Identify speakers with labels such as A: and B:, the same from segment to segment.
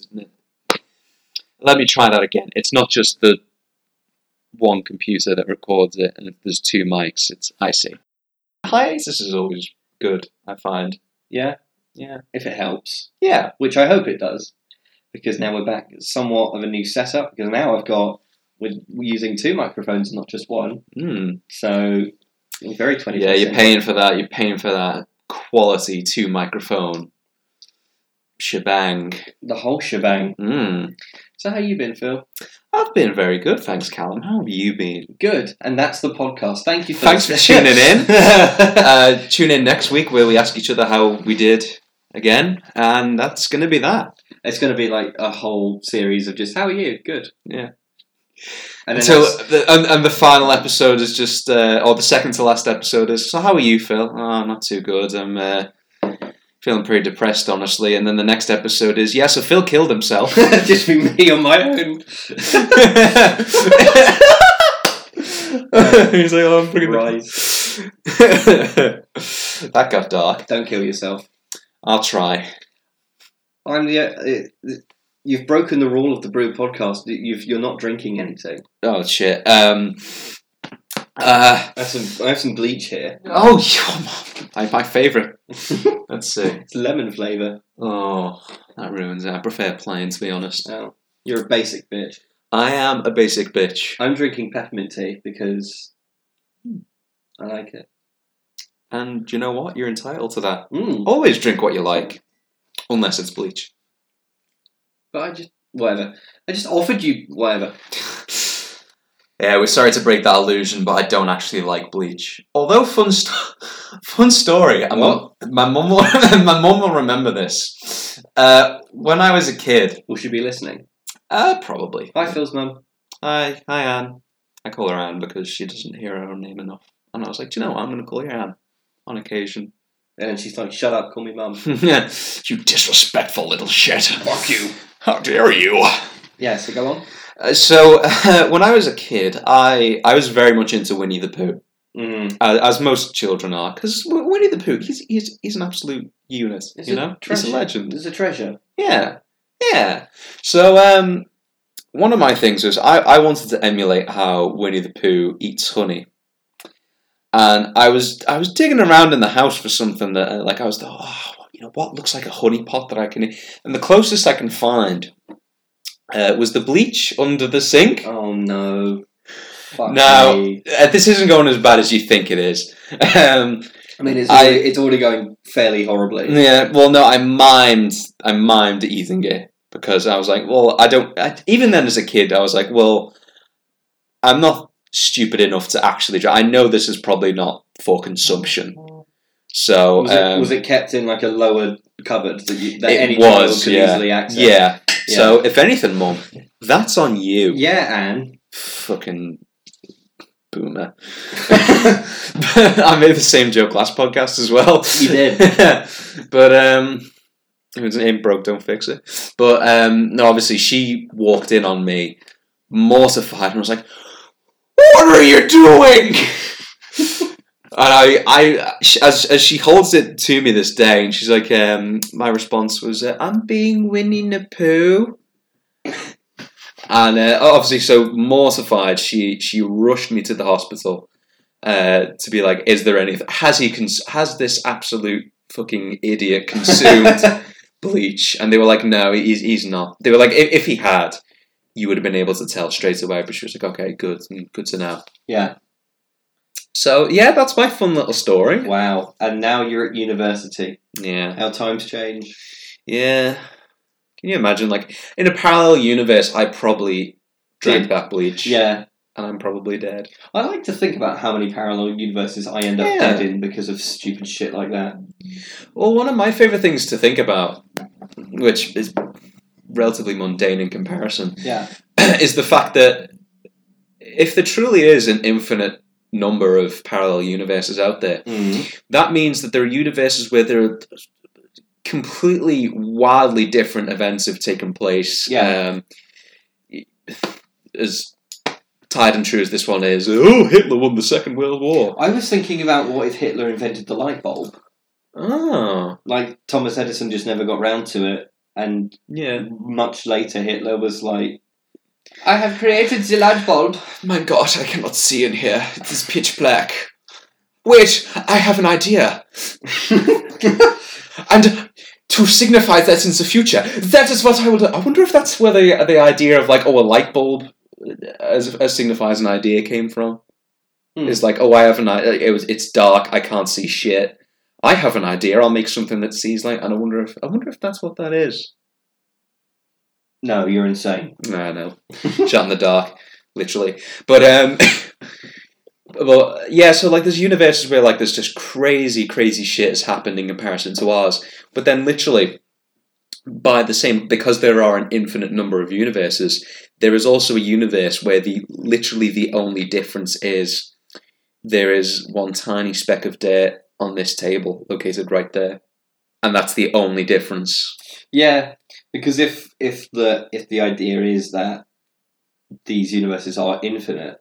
A: isn't it? Let me try that again. It's not just the one computer that records it, and if there's two mics, it's I see. Hiatus is always good, I find.
B: Yeah,
A: Yeah.
B: if it helps,
A: Yeah.
B: which I hope it does, because now we're back at somewhat of a new setup. Because now I've got we're using two microphones, not just one.
A: Mm.
B: So I'm very twenty.
A: Yeah, you're paying for that. You're paying for that quality two microphone shebang.
B: the whole shebang.
A: Mm.
B: So how you been, Phil?
A: I've been very good, thanks, Callum. How have you been?
B: Good, and that's the podcast. Thank you. For
A: Thanks for
B: listening.
A: tuning in. Uh, tune in next week where we ask each other how we did again, and that's going to be that.
B: it's going to be like a whole series of just how are you? Good.
A: Yeah.
B: And then
A: Until
B: that's-
A: the, and, and the final episode is just, uh, or the second to last episode is. So how are you, Phil? Oh, I'm not too good. I'm uh, feeling pretty depressed, honestly. And then the next episode is, yeah. So Phil killed himself.
B: just be me on my own.
A: He's like, oh, I'm pretty that got dark.
B: Don't kill yourself.
A: I'll try.
B: I'm the. Uh, uh, you've broken the rule of the Brew podcast. You've, you're not drinking anything.
A: Oh shit. Um. Uh.
B: I have some. I have some bleach here.
A: Oh, yeah, my, my favorite. Let's see.
B: It's lemon flavour.
A: Oh, that ruins it. I prefer plain, to be honest.
B: Oh, you're a basic bitch.
A: I am a basic bitch,
B: I'm drinking peppermint tea because I like it.
A: and you know what? You're entitled to that.
B: Mm,
A: Always drink what you like, unless it's bleach.
B: but I just whatever. I just offered you whatever.
A: Yeah, we're sorry to break that illusion, but I don't actually like bleach. Although fun, st- fun story. I'm
B: What?
A: my mum will my mum will remember this. Uh, when I was a kid,
B: Will she be listening?
A: uh, probably.
B: Hi, Phil's mum.
A: Hi, hi, Anne. I call her Anne because she doesn't hear her own name enough, and I was like, do you know what? I'm going to call you Anne on occasion.
B: And then she's like, "Shut up, call me mum."
A: you disrespectful little shit!
B: Fuck you.
A: How dare you!
B: Yeah. So go on.
A: Uh, so uh, when I was a kid, I I was very much into Winnie the Pooh.
B: Mm.
A: uh, as most children are, because Winnie the Pooh, he's, he's, he's an absolute unit,
B: It's
A: you
B: a
A: know?
B: treasure.
A: He's a legend.
B: There's a treasure.
A: Yeah, yeah. So, um, one of my things was I, I wanted to emulate how Winnie the Pooh eats honey. And I was I was digging around in the house for something that uh, like I was oh you know what looks like a honey pot that I can eat. and the closest I can find uh, was the bleach under the sink.
B: Oh no. Fuck
A: No.
B: me.
A: Uh, this isn't going as bad as you think it is. Um,
B: I mean, it's
A: I-
B: already, it's already going fairly horribly.
A: Yeah, well, no, I mimed, I mimed eating it because I was like, well, I don't. I, even then, as a kid, I was like, well, I'm not stupid enough to actually try. I know this is probably not for consumption, so
B: Was, it,
A: um,
B: was it kept in like a lower cupboard that, you, that
A: It
B: any
A: was,
B: child could
A: yeah.
B: easily access?
A: yeah.
B: Yeah.
A: So, if anything, mum, that's on you,
B: Yeah, Anne.
A: fucking boomer. I made the same joke last podcast as well.
B: You
A: did. but um if it's ain't broke, don't fix it. But um no, obviously she walked in on me mortified and was like, What are you doing? And I, I, sh- as, as she holds it to me this day, and she's like, um, my response was, uh, I'm being Winnie the Pooh. And uh, obviously, so mortified, she, she rushed me to the hospital uh, to be like, is there anything, has he, cons- has this absolute fucking idiot consumed bleach? And they were like, no, he's, he's not. They were like, if, if he had, you would have been able to tell straight away. But she was like, okay, good, mm, good to know.
B: yeah.
A: So yeah, that's my fun little story.
B: Wow. And now you're at university.
A: Yeah,
B: How times change.
A: yeah. Can you imagine? Like in a parallel universe, I probably drank
B: Did.
A: that bleach.
B: Yeah.
A: and I'm probably dead.
B: I like to think about how many parallel universes I end up
A: Yeah.
B: dead in because of stupid shit like that.
A: Well, one of my favorite things to think about, which is relatively mundane in comparison,
B: Yeah.
A: is the fact that if there truly is an infinite number of parallel universes out there, that means that there are universes where there are completely wildly different events have taken place.
B: Yeah.
A: Um, as tied and true as this one is, oh, Hitler won the Second World War.
B: I was thinking about what if Hitler invented the light bulb?
A: Oh,
B: Ah. Like Thomas Edison just never got round to it, And
A: Yeah.
B: much later, Hitler was like, I have created the light bulb.
A: My God, I cannot see in here. It is pitch black. Wait, I have an idea. And to signify that in the future, that is what I will do. I wonder if that's where the the idea of like oh a light bulb uh, as, as signifies an idea came from.
B: Hmm.
A: It's like oh I have an idea. It was it's dark. I can't see shit. I have an idea. I'll make something that sees light. And I wonder if I wonder if that's what that is.
B: no, you're insane.
A: No, no, shot in the dark, literally. But um, but yeah, so like there's universes where like there's just crazy, crazy shit is happened in comparison to ours. But then literally, by the same, because there are an infinite number of universes, there is also a universe where the literally the only difference is there is one tiny speck of dirt on this table located right there, and that's the only difference.
B: Yeah, because if if the if the idea is that these universes are infinite,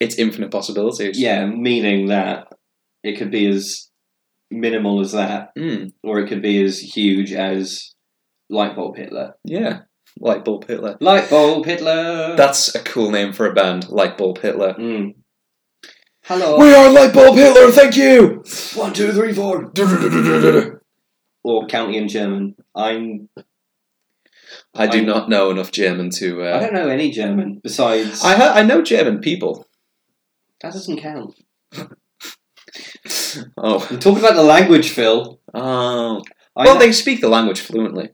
A: It's infinite possibilities.
B: yeah, meaning that it could be as minimal as that,
A: Mm,
B: or it could be as huge as light bulb Hitler.
A: yeah. Light bulb Hitler.
B: Light bulb Hitler.
A: That's a cool name for a band, Lightbulb Hitler.
B: Mm. Hello.
A: are Lightbulb Hitler, thank you!
B: One, two, three, four. Or county in German. I'm.
A: I do
B: I-
A: not know enough German to.
B: I
A: Uh,
B: don't know any German besides.
A: I, ha- I know German people.
B: that doesn't count.
A: Oh.
B: I'm talking about the language, Phil.
A: Oh.
B: I,
A: Well, they speak the language fluently.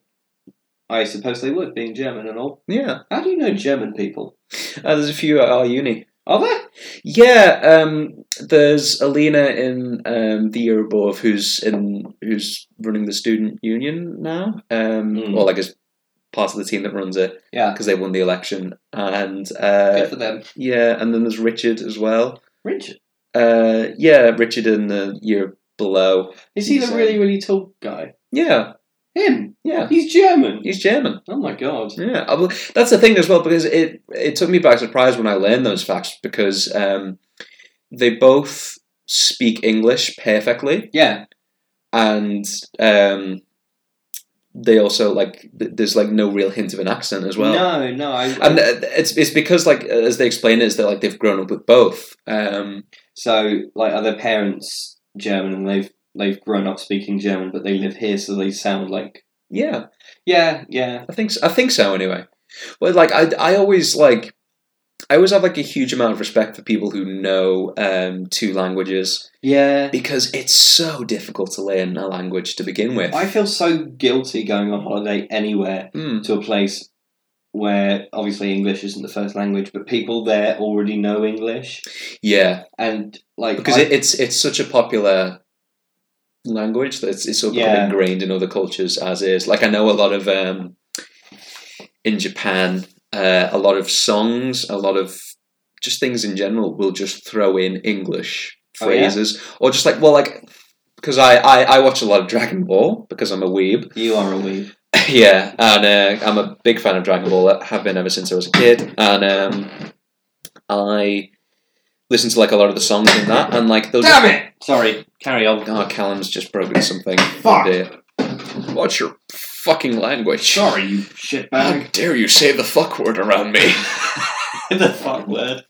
B: I suppose they would, being German and all.
A: Yeah.
B: How do you know German people?
A: Uh, there's a few at our uni.
B: Are there?
A: Yeah, um, there's Alina in um, the year above who's in who's running the student union now, um,
B: Mm.
A: or like is part of the team that runs it
B: Yeah.
A: because they won the election. And uh,
B: Good for them.
A: yeah, and then there's Richard as well.
B: Richard.
A: Uh, yeah, Richard in the year below.
B: Is he the
A: He's, uh,
B: really, really tall guy?
A: Yeah,
B: Him.
A: yeah,
B: He's German.
A: he's German.
B: Oh my god.
A: Yeah, I bel- that's the thing as well because it it took me by surprise when I learned those facts because um, they both speak English perfectly
B: Yeah.
A: and um, they also like th- there's like no real hint of an accent as well.
B: no, no. I,
A: And uh, it's it's because like as they explain it is that like they've grown up with both. Um,
B: so, like, are their parents German and they've they've grown up speaking German, but they live here, so they sound like.
A: yeah,
B: Yeah, yeah.
A: I think so, I think so anyway. But like I I always like I always have like a huge amount of respect for people who know um, two languages
B: Yeah.
A: because it's so difficult to learn a language to begin with.
B: I feel so guilty going on holiday anywhere
A: Mm,
B: to a place where obviously English isn't the first language, but people there already know English,
A: yeah,
B: and like
A: because
B: I-
A: it, it's it's such a popular language that it's, it's sort of become
B: Yeah.
A: ingrained in other cultures as is. Like I know a lot of um, in Japan, uh, a lot of songs, a lot of just things in general will just throw in English
B: Oh, yeah?
A: phrases or just like well like because I, I I watch a lot of Dragon Ball because I'm a weeb.
B: you are a weeb.
A: yeah, and uh, I'm a big fan of Dragon Ball. I have been ever since I was a kid, and um, I listen to like a lot of the songs in that, and like those.
B: it! Sorry, carry on.
A: Oh, Callum's just broken something.
B: Fuck.
A: Oh, dear. What's your fucking language?
B: you
A: How
B: shitbag.
A: dare you say the fuck word around me?
B: the fuck word.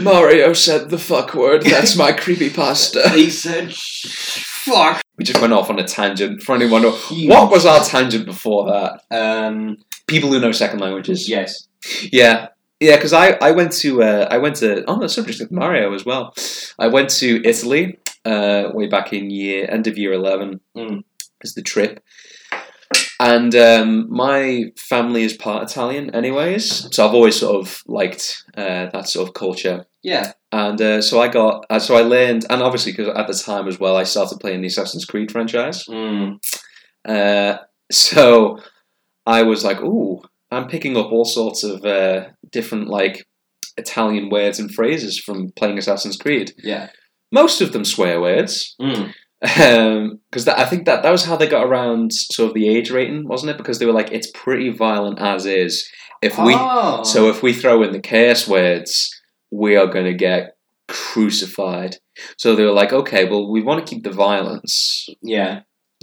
A: Mario said the fuck word. That's my creepy pasta.
B: he said sh- fuck.
A: We just went off on a tangent. For anyone who, Oh, what was our tangent before that?
B: Um.
A: People who know second languages.
B: Yes.
A: Yeah, yeah. Because I, I went to uh, I went to on the subject of Mario as well. I went to Italy uh, way back in year end of year eleven
B: Mm.
A: as the trip, and um, my family is part Italian, anyways. So I've always sort of liked uh, that sort of culture.
B: Yeah.
A: And uh, so I got, uh, so I learned, and obviously because at the time as well, I started playing the Assassin's Creed franchise.
B: Mm.
A: Uh, so I was like, ooh, I'm picking up all sorts of uh, different like Italian words and phrases from playing Assassin's Creed.
B: Yeah.
A: Most of them swear words.
B: Mm.
A: Because that I think that that was how they got around sort of the age rating, wasn't it? Because they were like, it's pretty violent as is. If we
B: Oh.
A: so if we throw in the curse words, we are going to get crucified. So they were like, okay, well, we want to keep the violence,
B: yeah.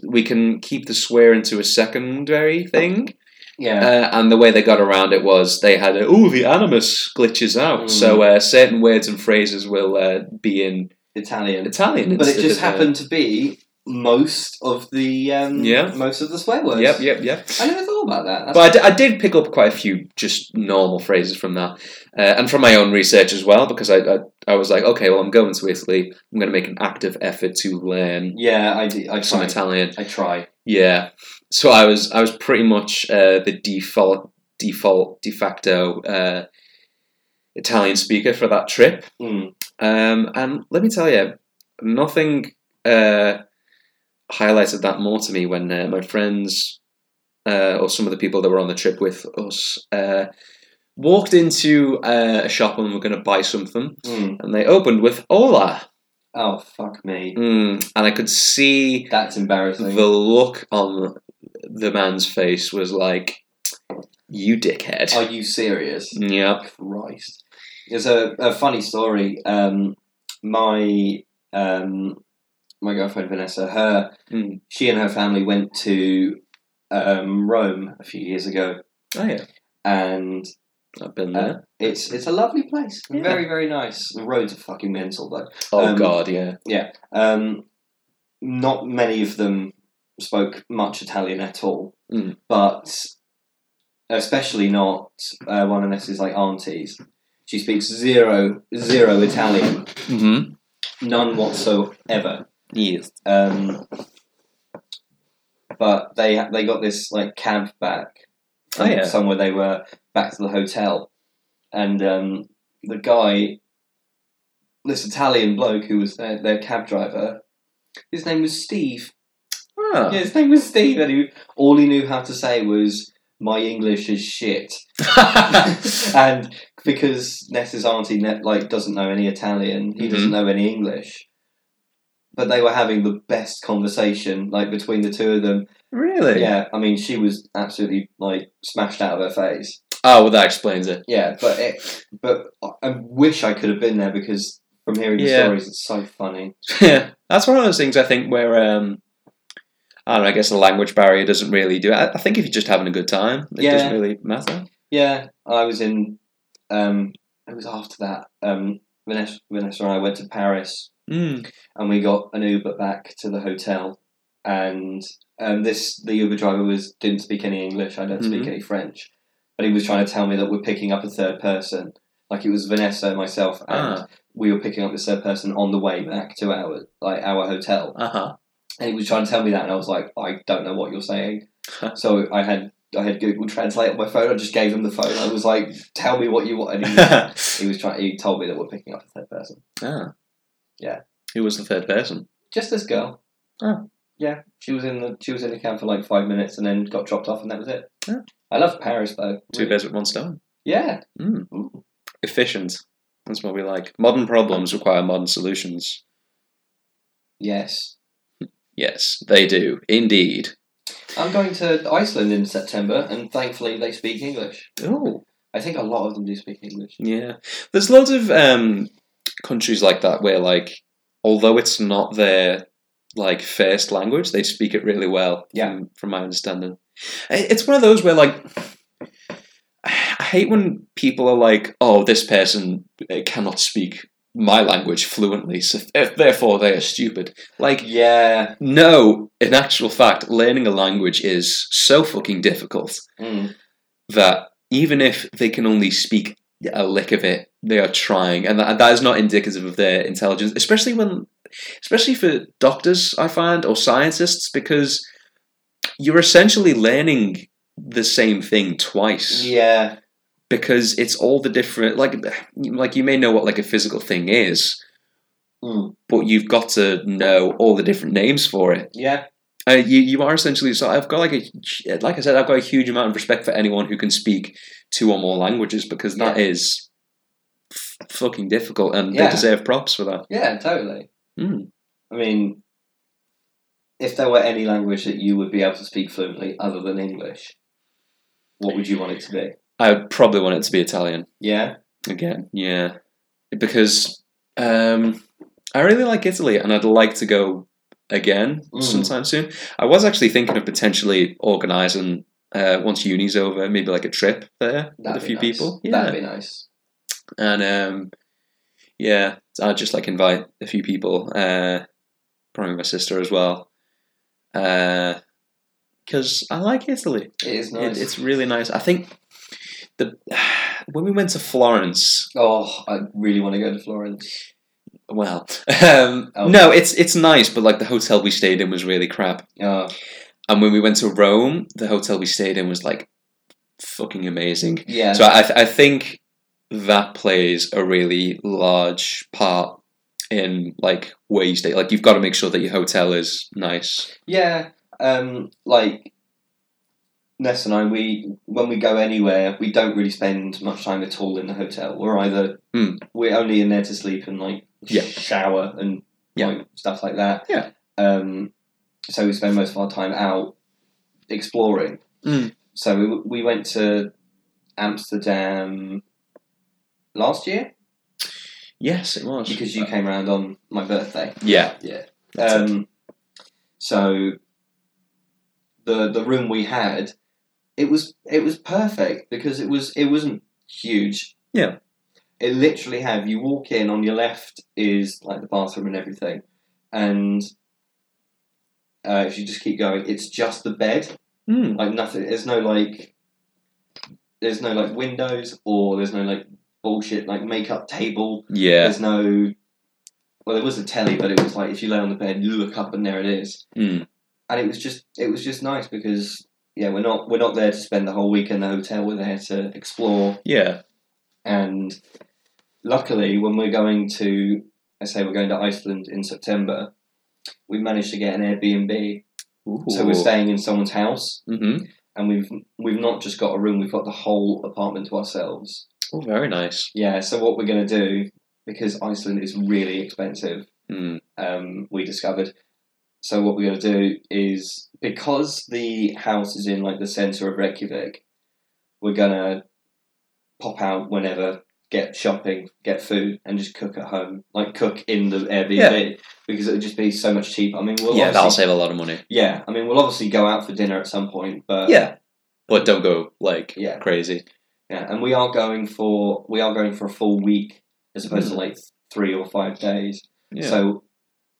A: we can keep the swearing to a secondary thing.
B: Yeah.
A: Uh, and the way they got around it was they had a, oh the animus glitches out,
B: Mm.
A: so uh, certain words and phrases will uh, be in
B: Italian.
A: Italian.
B: But it
A: instead
B: just
A: of, uh,
B: happened to be most of the um,
A: Yeah.
B: most of the swear words.
A: Yep, yep, yep.
B: I never thought about that. That's
A: But I di- I did pick up quite a few just normal phrases from that, uh, and from my own research as well, because I, I I was like, okay, well, I'm going to Italy. I'm going to make an active effort to learn
B: yeah, I do. I
A: some
B: try.
A: Italian.
B: I try.
A: Yeah. So I was I was pretty much uh, the default default de facto uh, Italian speaker for that trip.
B: Mm.
A: Um, and let me tell you, nothing uh, highlighted that more to me when uh, my friends uh, or some of the people that were on the trip with us uh, walked into uh, a shop and were going to buy something,
B: Mm.
A: and they opened with "Hola,"
B: Oh fuck me.
A: mm, and I could see
B: That's embarrassing.
A: the look on the man's face was like, "You dickhead."
B: Are you serious?
A: yeah.
B: Christ. There's a, a funny story. Um, my um, my girlfriend Vanessa, her
A: Mm.
B: she and her family went to um, Rome a few years ago,
A: Oh yeah.
B: and
A: I've been
B: Uh,
A: there.
B: it's it's a lovely place.
A: Yeah.
B: Very very nice. The roads are fucking mental though.
A: oh
B: um,
A: god, yeah.
B: Um, not many of them spoke much Italian at all,
A: Mm.
B: but especially not uh, one of Vanessa's like aunties. She speaks zero zero Italian.
A: Mm-hmm.
B: none whatsoever.
A: Yes.
B: Um, but they they got this like cab back from
A: Oh, yeah.
B: somewhere they were back to the hotel, and um, the guy, this Italian bloke who was their, their cab driver, his name was Steve.
A: Ah.
B: Yeah, his name was Steve, and he, all he knew how to say was. My English is shit, and because Ness's auntie ne- like doesn't know any Italian, he doesn't
A: Mhm.
B: know any English. But they were having the best conversation, like between the two of them.
A: really?
B: Yeah, I mean, she was absolutely like smashed out of her face.
A: Oh, well, that explains it.
B: Yeah, but it, but I wish I could have been there because from hearing the
A: Yeah.
B: stories, it's so funny.
A: Yeah, that's one of those things I think where um, I don't know. I guess the language barrier doesn't really do it. I I think if you're just having a good time, it
B: Yeah.
A: doesn't really matter.
B: Yeah, I was in. Um, it was after that. Um, Vanessa, Vanessa and I went to Paris
A: Mm.
B: and we got an Uber back to the hotel. And um, this the Uber driver was didn't speak any English. I don't speak
A: Mhm.
B: any French, but he was trying to tell me that we're picking up a third person. Like it was Vanessa, myself, and
A: Ah.
B: we were picking up this third person on the way back to our like our hotel.
A: Uh huh.
B: And he was trying to tell me that, and I was like, I don't know what you're saying. so I had I had Google Translate on my phone. I just gave him the phone. I was like, tell me what you want. And he was,
A: ah.
B: he was trying. He told me that we're picking up a third person. Yeah.
A: Who was the third person?
B: Just this girl.
A: Oh.
B: Yeah, she was in the she was in the camp for like five minutes and then got dropped off and that was it.
A: Oh.
B: I love Paris though.
A: Two birds with one stone.
B: Yeah.
A: Mm.
B: Ooh.
A: Efficient. That's what we like. Modern problems require modern solutions.
B: Yes.
A: Yes, they do indeed.
B: I'm going to Iceland in September and thankfully they speak English.
A: Oh.
B: I think a lot of them do speak English.
A: Yeah, there's loads of um, countries like that where, like, although it's not their like first language, they speak it really well.
B: Yeah.
A: from, from my understanding, I- it's one of those where like. I hate when people are like, "Oh, this person uh, cannot speak my language fluently, so th- therefore they are stupid." Like,
B: Yeah.
A: no, in actual fact, learning a language is so fucking difficult
B: Mm.
A: that even if they can only speak a lick of it, they are trying, and that, that is not indicative of their intelligence. Especially when, especially for doctors, I find or scientists, because you're essentially learning the same thing twice
B: Yeah.
A: because it's all the different like like you may know what like a physical thing is
B: Mm.
A: but you've got to know all the different names for it
B: Yeah.
A: uh, you you are essentially so I've got like a hu- like I said I've got a huge amount of respect for anyone who can speak two or more languages because that is f- fucking difficult and
B: Yeah.
A: they deserve props for that.
B: Yeah, totally.
A: Mm.
B: I mean if there were any language that you would be able to speak fluently other than English, what would you want it to be?
A: I would probably want it to be Italian
B: Yeah?
A: again. Yeah, because um, I really like Italy and I'd like to go again
B: Mm.
A: sometime soon. I was actually thinking of potentially organising uh, once uni's over, maybe like a trip there with a few people. Yeah,
B: That'd be nice.
A: and um, yeah, so I'd just like invite a few people, uh, probably my sister as well, because I like Italy.
B: It is
A: It-
B: nice.
A: it's really nice. I think the when we went to Florence,
B: oh, I really want to go to Florence.
A: well, um,
B: Oh.
A: no, it's it's nice, but like the hotel we stayed in was really crap.
B: Oh,
A: And when we went to Rome, the hotel we stayed in was like fucking amazing.
B: yeah.
A: So I, I think that plays a really large part in like where you stay. Like you've got to make sure that your hotel is nice.
B: Yeah, um, like Ness and I, we when we go anywhere, we don't really spend much time at all in the hotel. We're either
A: Hmm.
B: we're only in there to sleep and like
A: Yeah.
B: shower and
A: Yeah.
B: like, stuff like that.
A: Yeah.
B: Um, so we spend most of our time out exploring.
A: Hmm.
B: So we we went to Amsterdam last year
A: Yes, it was
B: because you came around on my birthday.
A: Yeah, That's it.
B: Um, so the the room we had, it was it was perfect because it was it wasn't huge.
A: Yeah.
B: It literally had you walk in on your left is like the bathroom and everything, and uh, if you just keep going, it's just the bed.
A: Mm.
B: Like nothing. There's no like. There's no like windows or there's no like bullshit like makeup table
A: yeah,
B: there's no. Well, there was a telly, but it was like if you lay on the bed, you look up and there it is.
A: Mm.
B: And it was just, it was just nice because yeah, we're not we're not there to spend the whole week in the hotel. We're there to explore.
A: yeah.
B: And luckily, when we're going to, I say we're going to Iceland in September, we managed to get an Airbnb. So we're staying in someone's house,
A: hmm
B: and we've we've not just got a room. We've got the whole apartment to ourselves.
A: Oh, very nice.
B: Yeah. So what we're gonna do because Iceland is really expensive.
A: Mm.
B: um, we discovered. So what we're going to do is because the house is in like the centre of Reykjavik, we're going to pop out whenever, get shopping, get food, and just cook at home, like cook in the Airbnb because it would just be so much cheaper. I mean, we'll
A: yeah, that'll
B: obviously,
A: save a lot of money.
B: yeah, I mean, we'll obviously go out for dinner at some point, but
A: yeah, but don't go like
B: Uh, Yeah.
A: crazy.
B: yeah, and we are going for we are going for a full week as opposed
A: Hmm.
B: to like three or five days.
A: Yeah,
B: So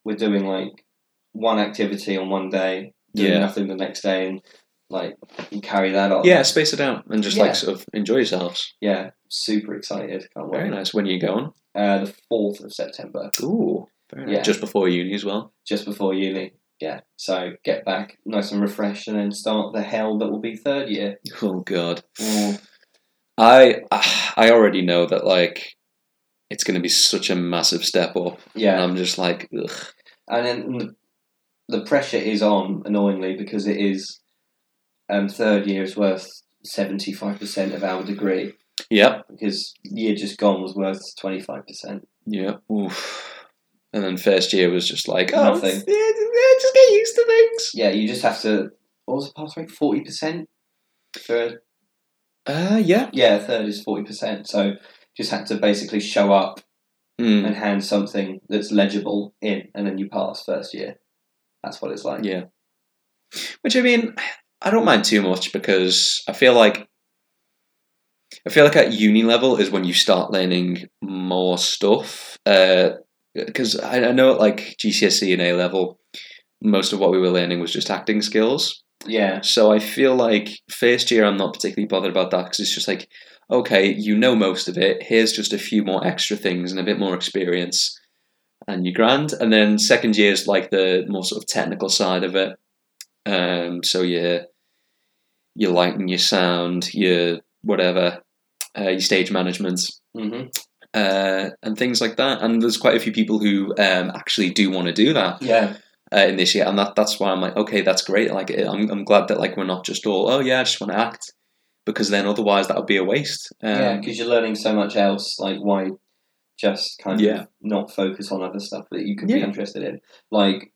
B: we're doing like one activity on one day, doing
A: Yeah.
B: nothing the next day, and like you carry that on.
A: yeah. Space it out and just
B: Yeah.
A: like sort of enjoy yourselves.
B: yeah. Super excited. Can't
A: Very
B: wait.
A: nice. When are you going?
B: Uh, the fourth of September,
A: Ooh, very nice.
B: Yeah.
A: Just before uni as well.
B: just before uni. Yeah. So get back nice and refreshed, and then start the hell that will be third year.
A: Oh god.
B: Mm.
A: I I already know that like it's going to be such a massive step up, and
B: Yeah.
A: I'm just like, ugh.
B: And then the, the pressure is on annoyingly because it is um, third year is worth seventy five percent of our degree
A: yep,
B: because year just gone was worth twenty five percent.
A: yep, oof. And then first year was just like, oh,
B: Nothing.
A: it's- yeah, yeah, just get used to things.
B: Yeah, you just have to. What was the pass rate? Forty percent. Third.
A: Uh, yeah.
B: Yeah, third is forty percent. So just had to basically show up
A: Mm,
B: and hand something that's legible in, and then you pass first year. That's what it's like.
A: yeah. Which I mean, I don't mind too much because I feel like I feel like at uni level is when you start learning more stuff. Because I, I know at like GCSE E and A level, most of what we were learning was just acting skills.
B: Yeah.
A: So I feel like first year I'm not particularly bothered about that because it's just like, okay, you know most of it. Here's just a few more extra things and a bit more experience, and you're grand. And then second year is like the more sort of technical side of it. Um, so you're you're lighting your sound, your whatever, uh, your stage management
B: hmm
A: uh, and things like that. And there's quite a few people who um, actually do want to do that
B: Yeah.
A: uh, in this year, and that that's why I'm like, okay, that's great. Like, eh, I'm, I'm glad that like we're not just all, oh yeah, I just want to act, because then otherwise that would be a waste. Um,
B: yeah. Because you're learning so much else. Like why just kind
A: Yeah.
B: of not focus on other stuff that you could be
A: Yeah.
B: interested in. Like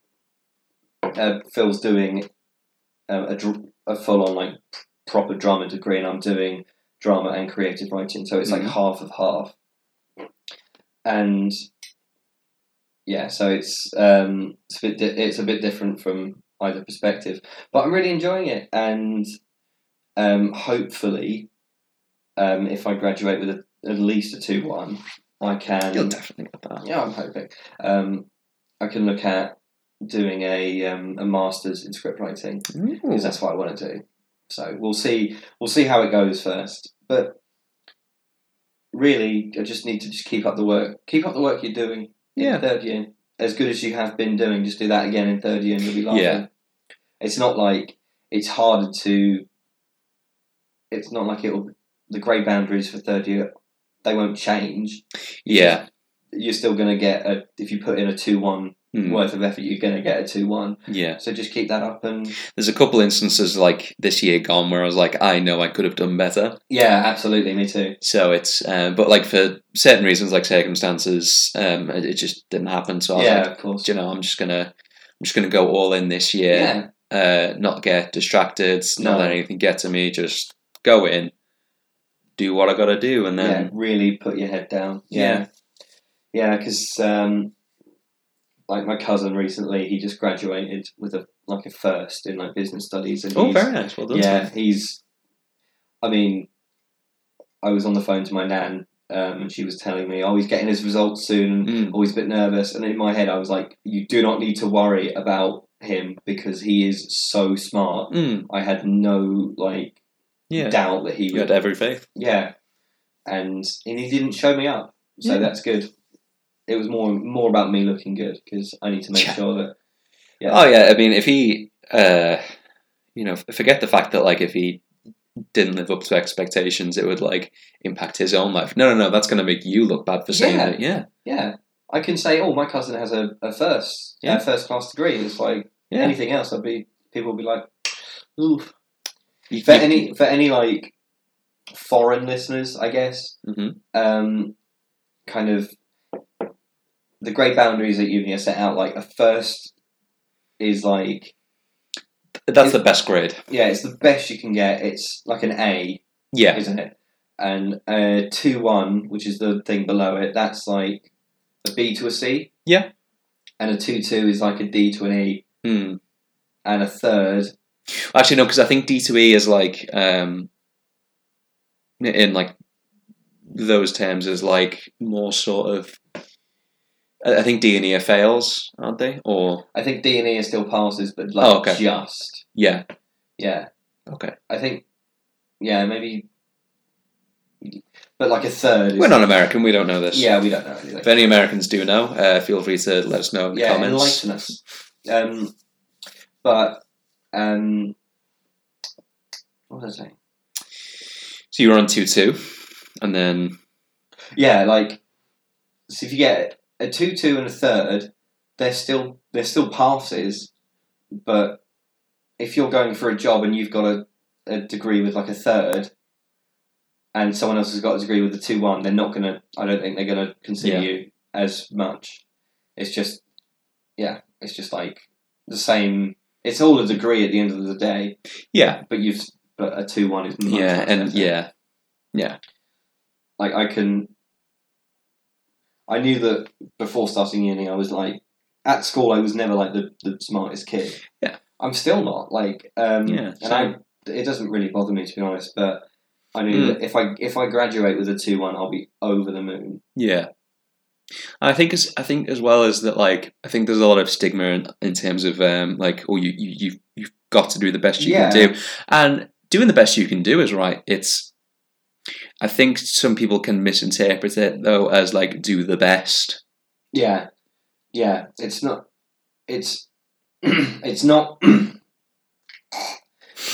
B: uh, Phil's doing um, a, dr- a full on like proper drama degree, and I'm doing drama and creative
A: Mm-hmm.
B: writing, so it's
A: Mhm.
B: like half of half. And yeah, so it's um, it's a bit di- it's a bit different from either perspective, but I'm really enjoying it, and um, hopefully, um, if I graduate with a, at least a two one, I can.
A: You'll definitely get that.
B: Mm. Yeah, I'm hoping. Um, I can look at doing a um, a masters in script writing
A: Hmm.
B: because that's what I want to do. So we'll see we'll see how it goes first. But really, I just need to just keep up the work. Keep up the work you're doing. in
A: Yeah.
B: third year as good as you have been doing. Just do that again in third year, and you'll be laughing.
A: Yeah.
B: It's not like it's harder to. It's not like it'll the grey boundaries for third year. They won't change.
A: Yeah.
B: You're still going to get a if you put in a two one
A: Hmm.
B: worth of effort, you're going to get a two one.
A: Yeah.
B: So just keep that up and
A: There's a couple instances like this year gone where I was like, I know I could have done better.
B: yeah, absolutely, me too.
A: So it's, um, but like for certain reasons, like circumstances, um, it, it just didn't happen. So I was
B: yeah,
A: like,
B: of course.
A: you know, I'm just gonna, I'm just gonna go all in this year.
B: yeah,
A: uh, not get distracted, not
B: No.
A: let anything get to me. Just go in, do what I got to do, and
B: yeah,
A: then
B: really put your head down.
A: Yeah.
B: yeah, because um, like my cousin recently, he just graduated with a like a first in like business studies, and
A: oh,
B: he's,
A: very nice. Well done.
B: yeah,
A: Tom.
B: he's. I mean, I was on the phone to my nan, um, and she was telling me, "Oh, he's getting his results soon."
A: Mm.
B: Always a bit nervous, and in my head, I was like, "You do not need to worry about him because he is so smart."
A: Mm.
B: I had no like
A: yeah.
B: doubt that he
A: You
B: would
A: had every faith.
B: yeah, and and he didn't show me up, so
A: Yeah.
B: that's good. It was more more about me looking good because I need to make
A: Yeah.
B: sure that yeah,
A: Oh yeah, I mean, if he, uh, you know, f- forget the fact that like if he didn't live up to expectations, it would like impact his own life. No, no, no, that's going to make you look bad for saying
B: Yeah.
A: that. Yeah,
B: yeah. I can say, oh, my cousin has a, a first,
A: Yeah.
B: a first class degree. It's like
A: Yeah.
B: anything else, I'd be people would be like, oof.
A: You-
B: For
A: you-
B: any for any like foreign listeners, I guess,
A: Mhm.
B: um, kind of the great boundaries at uni are set out. Like a first is like
A: That's the best grade.
B: Yeah, it's the best you can get. It's like an A,
A: Yeah,
B: isn't it? And uh, two one, which is the thing below it, that's like a B to a C.
A: Yeah.
B: And a two two is like a D to an E,
A: Hmm.
B: and a third.
A: actually no, because I think D two E is like um, in like those terms is like more sort of. I I think D and E are fails, aren't they? Or
B: I think D and E are still passes, but like
A: Oh, okay.
B: just
A: yeah,
B: yeah.
A: okay.
B: I think yeah maybe, but like a third. Is
A: We're not American, we don't know this.
B: Yeah, we don't know anything.
A: If any Americans do know, uh, feel free to let us know in the
B: yeah,
A: comments.
B: enlighten us. Um, but um, what was I saying?
A: So you were on two two, and then
B: Yeah, like so if you get a two two and a third, they're still they're still passes, but if you're going for a job and you've got a, a degree with like a third and someone else has got a degree with a two one, they're not gonna I don't think they're gonna consider
A: Yeah.
B: you as much. It's just yeah, it's just like the same it's all a degree at the end of the day,
A: yeah,
B: but you've but a two one is much
A: yeah,
B: much
A: and
B: better
A: yeah,
B: like I can. I knew that before starting uni, I was like, at school, I was never like the, the smartest kid.
A: Yeah.
B: I'm still not like, um,
A: Yeah,
B: and I it doesn't really bother me to be honest, but I knew
A: Mm.
B: that if I if I graduate with a two one, I'll be over the moon.
A: Yeah, I think as I think as well as that, like I think there's a lot of stigma in, in terms of um, like, oh, you you you've, you've got to do the best you
B: Yeah.
A: can do, and doing the best you can do is right. It's I think some people can misinterpret it though as like do the best.
B: Yeah, yeah. It's not. It's it's not.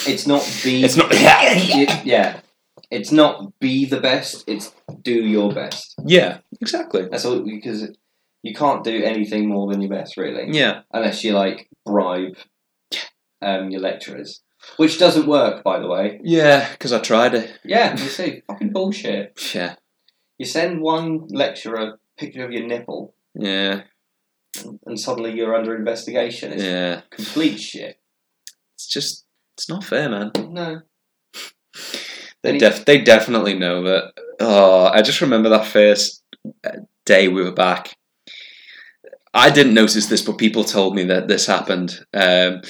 B: it's not be.
A: It's not.
B: it- yeah. It's not be the best. It's do your best.
A: yeah, exactly.
B: That's all because you can't do anything more than your best, really,
A: Yeah,
B: unless you like bribe um, your lecturers, which doesn't work, by the way.
A: yeah, because I tried it.
B: Yeah, you see, fucking bullshit.
A: Yeah,
B: You send one lecturer a picture of your nipple,
A: yeah,
B: and suddenly you're under investigation. It's
A: yeah.
B: complete shit.
A: It's just it's not fair, man.
B: No.
A: They
B: Any-
A: def- they definitely know that. Oh, I just remember that first uh, day we were back. I didn't notice this, but people told me that this happened. Um,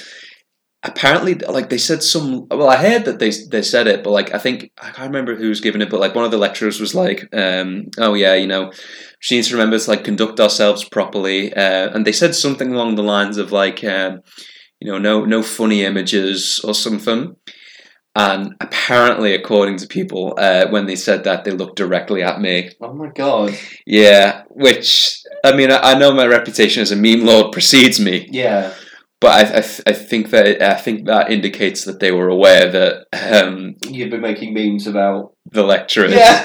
A: apparently, like they said some. Well, I heard that they they said it, but like I think I can't remember who was giving it. But like one of the lecturers was like, um, "Oh yeah, you know, she needs to remember to like conduct ourselves properly." Uh, and they said something along the lines of like, um, you know, no no funny images or something. And apparently, according to people, uh, when they said that, they looked directly at me.
B: Oh my god.
A: Yeah, which I mean, I, I know my reputation as a meme lord precedes me,
B: Yeah.
A: but I, I, I think that I think that indicates that they were aware that um,
B: You've been making memes about.
A: the lecturers.
B: Yeah.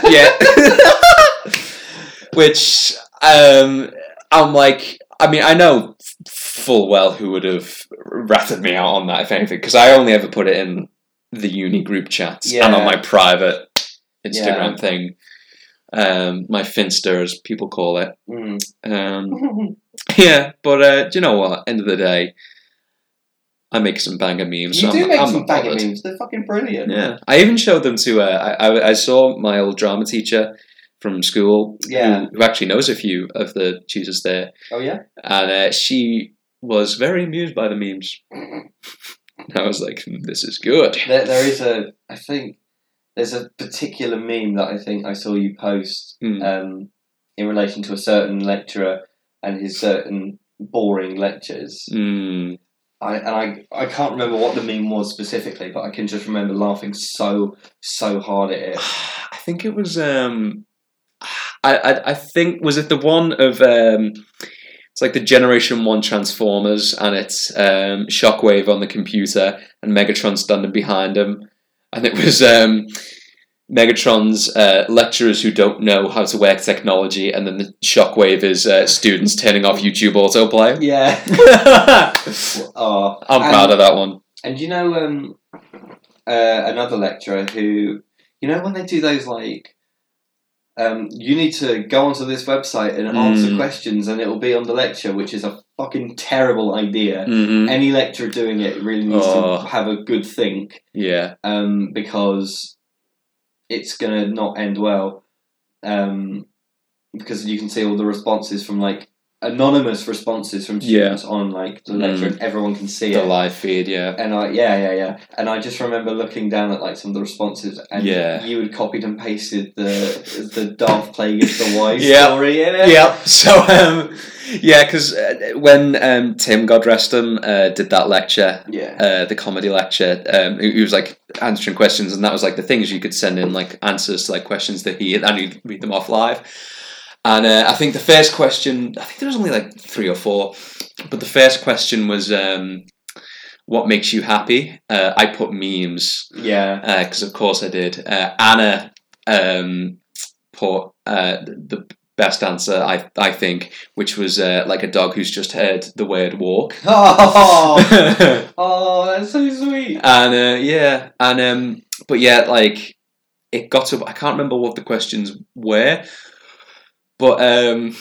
A: Which um, I'm like, I mean, I know f- full well who would have ratted me out on that, if anything, because I only ever put it in the uni group chats and on
B: Yeah.
A: my private Instagram thing. Um, my Finster, as people call it.
B: Mm.
A: Um, yeah, but uh, do you know what? End of the day, I make some banger memes.
B: you
A: so
B: do
A: I'm,
B: make
A: I'm
B: some
A: not
B: faggot
A: bothered.
B: memes. They're fucking brilliant.
A: Yeah, I even showed them to. Uh, I, I I saw my old drama teacher from school,
B: Yeah.
A: who actually knows a few of the tutors there,
B: Oh yeah.
A: and uh, she was very amused by the memes. And I was like, "Hmm, "This is good."
B: There, there is a. I think there's a particular meme that I think I saw you post
A: Hmm.
B: um, in relation to a certain lecturer and his certain boring lectures.
A: Mm,
B: I, and I, I can't remember what the meme was specifically, but I can just remember laughing so so hard at it.
A: I think it was. Um, I, I I think was it the one of. Um, it's like the Generation One Transformers, and it's um, Shockwave on the computer and Megatron standing behind him, and it was um, Megatron's uh, lecturers who don't know how to work technology, and then the Shockwave is uh, students turning off YouTube autoplay.
B: Yeah.
A: I'm
B: Oh,
A: proud of that one.
B: And you know, um, uh, another lecturer who, you know, when they do those like, um, you need to go onto this website and answer
A: Mm.
B: questions, and it will be on the lecture, which is a fucking terrible idea.
A: hmm
B: Any lecturer doing it really needs
A: Oh.
B: to have a good think,
A: Yeah,
B: um, because it's gonna not end well, um, because you can see all the responses from like anonymous responses from
A: Yeah.
B: students on like the
A: Mm.
B: lecture, and everyone can see
A: the
B: it.
A: live feed. Yeah,
B: And I yeah yeah yeah, and I just remember looking down at like some of the responses, and
A: Yeah.
B: you had copied and pasted the the Darth Plague of the Wise
A: Yeah.
B: story in it.
A: yeah. So, um, yeah, because uh, when um, Tim Godreston uh, did that lecture,
B: yeah,
A: uh, the comedy lecture um, who, who was like answering questions and that was like the things you could send in like answers to like questions that he had and he'd read them off live and uh, I think the first question I think there was only like three or four but the first question was um, what makes you happy uh, I put memes
B: yeah.
A: because Uh, of course I did uh, Anna um, put uh, the best answer I, I think which was uh, like a dog who's just heard the word walk
B: Oh, oh, that's so sweet.
A: and uh, yeah, and um, but yeah, like it got to. I can't remember what the questions were, but um,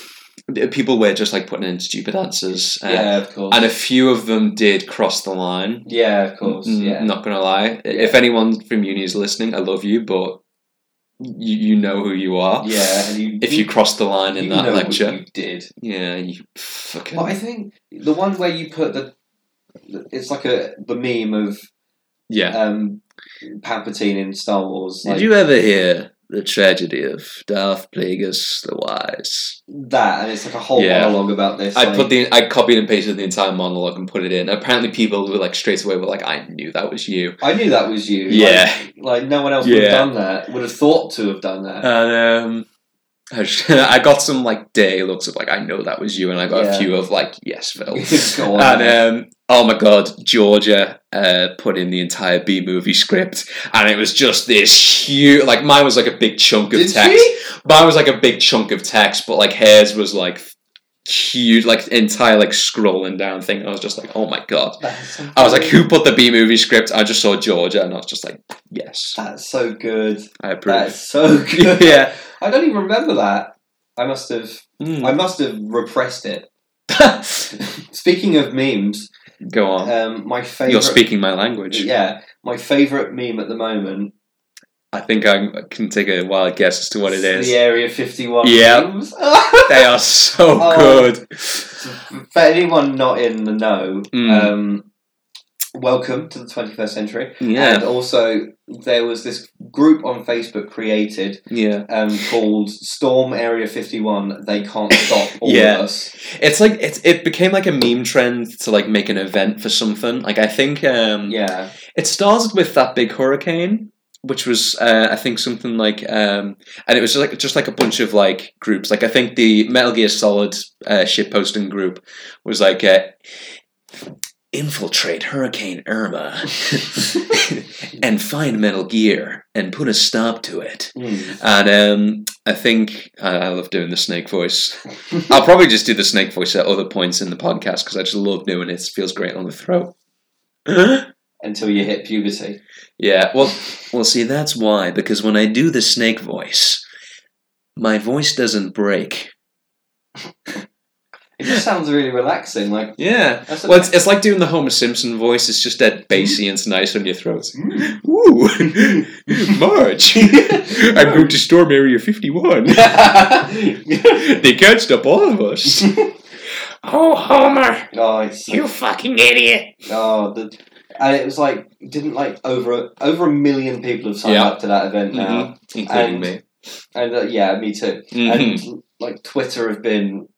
A: the people were just like putting in stupid answers, uh,
B: yeah, of course.
A: and a few of them did cross the line.
B: yeah, of course.
A: N-
B: Yeah,
A: Mm, Not gonna lie, if anyone from uni is listening, I love you, but you you know who you are.
B: yeah. And you,
A: If you crossed the line in
B: you
A: that
B: know what
A: lecture,
B: you did.
A: yeah, you fucking.
B: But I think the one where you put the it's like a the meme of
A: yeah.
B: um, Palpatine in Star Wars. Like,
A: Did you ever hear the tragedy of Darth Plagueis the Wise?
B: that, and it's like a whole
A: Yeah.
B: monologue about this.
A: I
B: like-
A: put the I copied and pasted the entire monologue and put it in. Apparently, people were like straight away were like, "I knew that was you."
B: I knew that was you.
A: Yeah.
B: Like, like, no one else would
A: Yeah.
B: have done that. Would have thought to have done that.
A: And um, I, just- I got some like day looks of like, "I know that was you," and I got a
B: Yeah.
A: few of like, "Yes, Phil."
B: Go on.
A: and um, oh my god, Georgia uh, put in the entire B movie script, and it was just this huge. Like mine was like a big chunk of
B: Did
A: text.
B: she?
A: Mine was like a big chunk of text, but like hers was like huge, like entire like scrolling down thing. And I was just like, "Oh my god."
B: That's so
A: I was like,
B: good.
A: who put the B movie script? I just saw Georgia and I was just like, yes,
B: That's so good.
A: I approve.
B: That's so good.
A: yeah.
B: I don't even remember that. I must have. I
A: Mm.
B: must have repressed it. Speaking of memes,
A: Go on.
B: um, my favorite.
A: You're speaking my language.
B: Yeah, my favorite meme at the moment.
A: I think I can take a wild guess as to what it is.
B: is The Area Fifty One
A: Yeah.
B: memes.
A: they are so
B: Oh.
A: good.
B: For anyone not in the know,
A: Mm.
B: um, welcome to the 21st century. And
A: Yeah,
B: also, there was this group on Facebook created
A: yeah.
B: um, called Storm Area 51. They can't stop all
A: Yeah.
B: of us.
A: It's like it's it became like a meme trend to like make an event for something. Like I think um,
B: Yeah.
A: It started with that big hurricane, which was uh, I think something like, um, and it was just like just like a bunch of like groups. Like I think the Metal Gear Solid uh, shitposting group was like. Uh, Infiltrate Hurricane Irma and find Metal Gear and put a stop to it.
B: Mm.
A: And um, I think I, I love doing the snake voice. I'll probably just do the snake voice at other points in the podcast because I just love doing it. It feels great on the throat.
B: Until you hit puberty.
A: Yeah, well, well, see, that's why because when I do the snake voice, my voice doesn't break.
B: It just sounds really relaxing. Like,
A: Yeah,
B: that's a-
A: well, it's, it's like doing the Homer Simpson voice. It's just that bassy and it's nice on your throat.
B: Mm.
A: Ooh, Marge, I'm going to storm Area 51. they can't stop all of us. oh, Homer,
B: oh, it's
A: fucking idiot!
B: Oh, the, and it was like didn't like over over a million people have signed
A: Yeah. Mm-hmm.
B: up to that event now,
A: Including
B: And-
A: me.
B: and uh, yeah, me too.
A: Mhm.
B: And like Twitter have been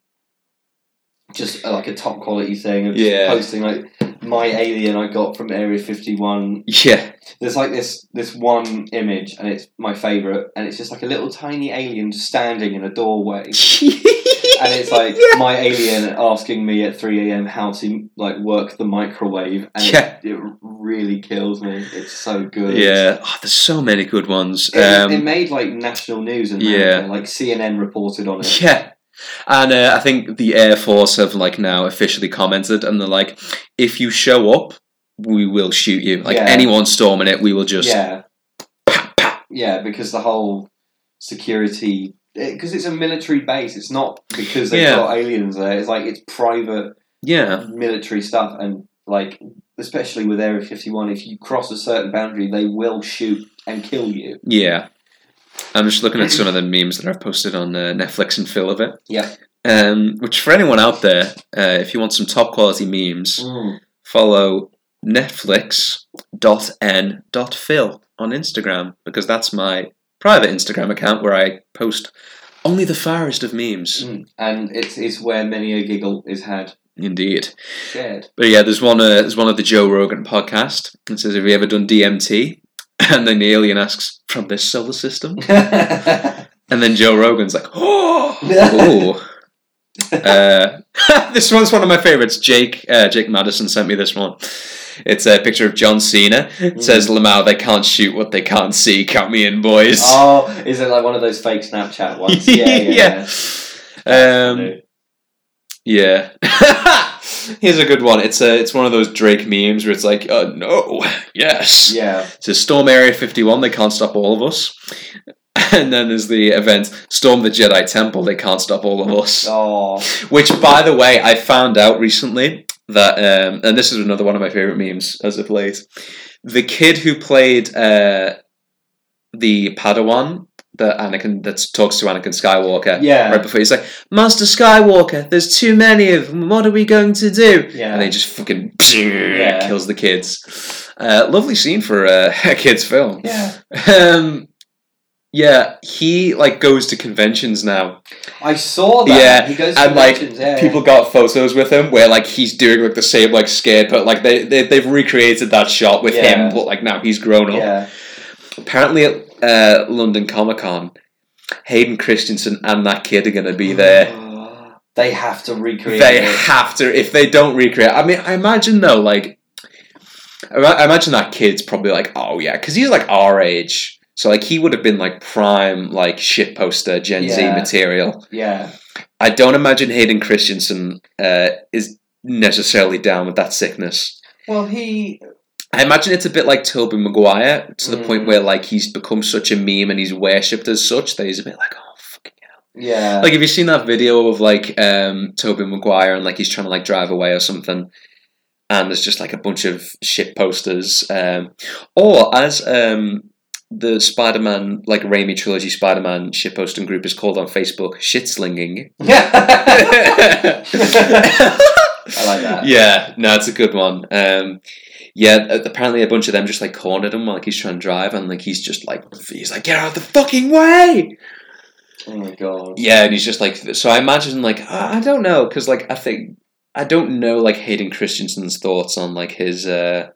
B: just uh, like a top quality thing of
A: Yeah.
B: just posting like my alien I got from Area Fifty One.
A: yeah,
B: There's like this this one image, and it's my favorite, and it's just like a little tiny alien just standing in a doorway. And it's like my alien asking me at three a.m. how to like work the microwave, and
A: yeah.
B: it, it really kills me. It's so good.
A: Yeah, oh, there's so many good ones.
B: It,
A: um,
B: it made like national news in
A: yeah.
B: America. Like CNN reported on it.
A: yeah, and uh, I think the Air Force have like now officially commented, and they're like, if you show up, we will shoot you. Like
B: Yeah.
A: anyone storming it, we will just.
B: yeah,
A: pow, pow.
B: yeah, because the whole security because it's a military base. It's not because they've
A: Yeah.
B: got aliens there. It's like it's private
A: Yeah.
B: military stuff, and like especially with Area Fifty One, if you cross a certain boundary, they will shoot and kill you.
A: Yeah. I'm just looking at some of the memes that I've posted on uh, Netflix and Phil of it.
B: Yeah.
A: Um, which for anyone out there, uh, if you want some top quality memes, follow netflix.n.phil on Instagram because that's my private Instagram account where I post only the farthest of memes.
B: Mm. And it's it's where many a giggle is had
A: Indeed.
B: shared.
A: But yeah, there's one. Uh, there's one of the Joe Rogan podcast. It says, "Have you ever done DMT?" And then the alien asks, "From this solar system?" And then Joe Rogan's like, "Oh, ooh." Uh, this one's one of my favorites. Jake uh, Jake Madison sent me this one. It's a picture of John Cena. It
B: Mm.
A: says, "Lamau, they can't shoot what they can't see. Count me in, boys."
B: Oh, is it like one of those fake Snapchat ones? Yeah, yeah. yeah.
A: yeah. Um, Yeah. Here's a good one. It's a, it's one of those Drake memes where it's like, uh, no, yes.
B: yeah.
A: So Storm Area 51, they can't stop all of us. And then there's the event, Storm the Jedi Temple, they can't stop all of us.
B: Oh,
A: Which, by the way, I found out recently that, um, and this is another one of my favourite memes as of late. The kid who played uh, the Padawan that Anakin that talks to Anakin Skywalker
B: Yeah.
A: right before he's like, Master Skywalker, there's too many of them. What are we going to do?
B: yeah.
A: And they just fucking kills the kids. Uh, lovely scene for uh, a kids' film.
B: yeah.
A: Um, yeah, he like goes to conventions now.
B: I saw that.
A: Yeah,
B: He goes to
A: and, like,
B: conventions, yeah.
A: People got photos with him where like he's doing like the same like scared, but like they, they they've recreated that shot with
B: Yeah.
A: him, but like now he's grown up.
B: Yeah.
A: Apparently at uh, London Comic Con, Hayden Christensen and that kid are going to be there.
B: They have to recreate
A: They
B: it.
A: have to if they don't recreate. I mean, I imagine though, like, I ma- I imagine that kid's probably like, oh yeah, because he's like our age, so like he would have been like prime like shit poster Gen Z
B: Yeah.
A: material.
B: Yeah.
A: I don't imagine Hayden Christensen uh, is necessarily down with that sickness.
B: Well, he.
A: I imagine it's a bit like Tobey Maguire to the
B: Mm.
A: point where like he's become such a meme and he's worshipped as such that he's a bit like oh fucking hell.
B: Yeah.
A: Like have you seen that video of like um, Tobey Maguire and like he's trying to like drive away or something, and there's just like a bunch of shit posters. Um, or as um, the Spider Man, like Raimi trilogy Spider Man shitposting group is called on Facebook shitslinging.
B: I like that.
A: Yeah, no, it's a good one. Um, yeah, a- apparently a bunch of them just like cornered him while like, he's trying to drive, and like he's just like he's like get out of the fucking way.
B: Oh my god.
A: Yeah, and he's just like so. I imagine like I I don't know because like I think I don't know like Hayden Christensen's thoughts on like his uh,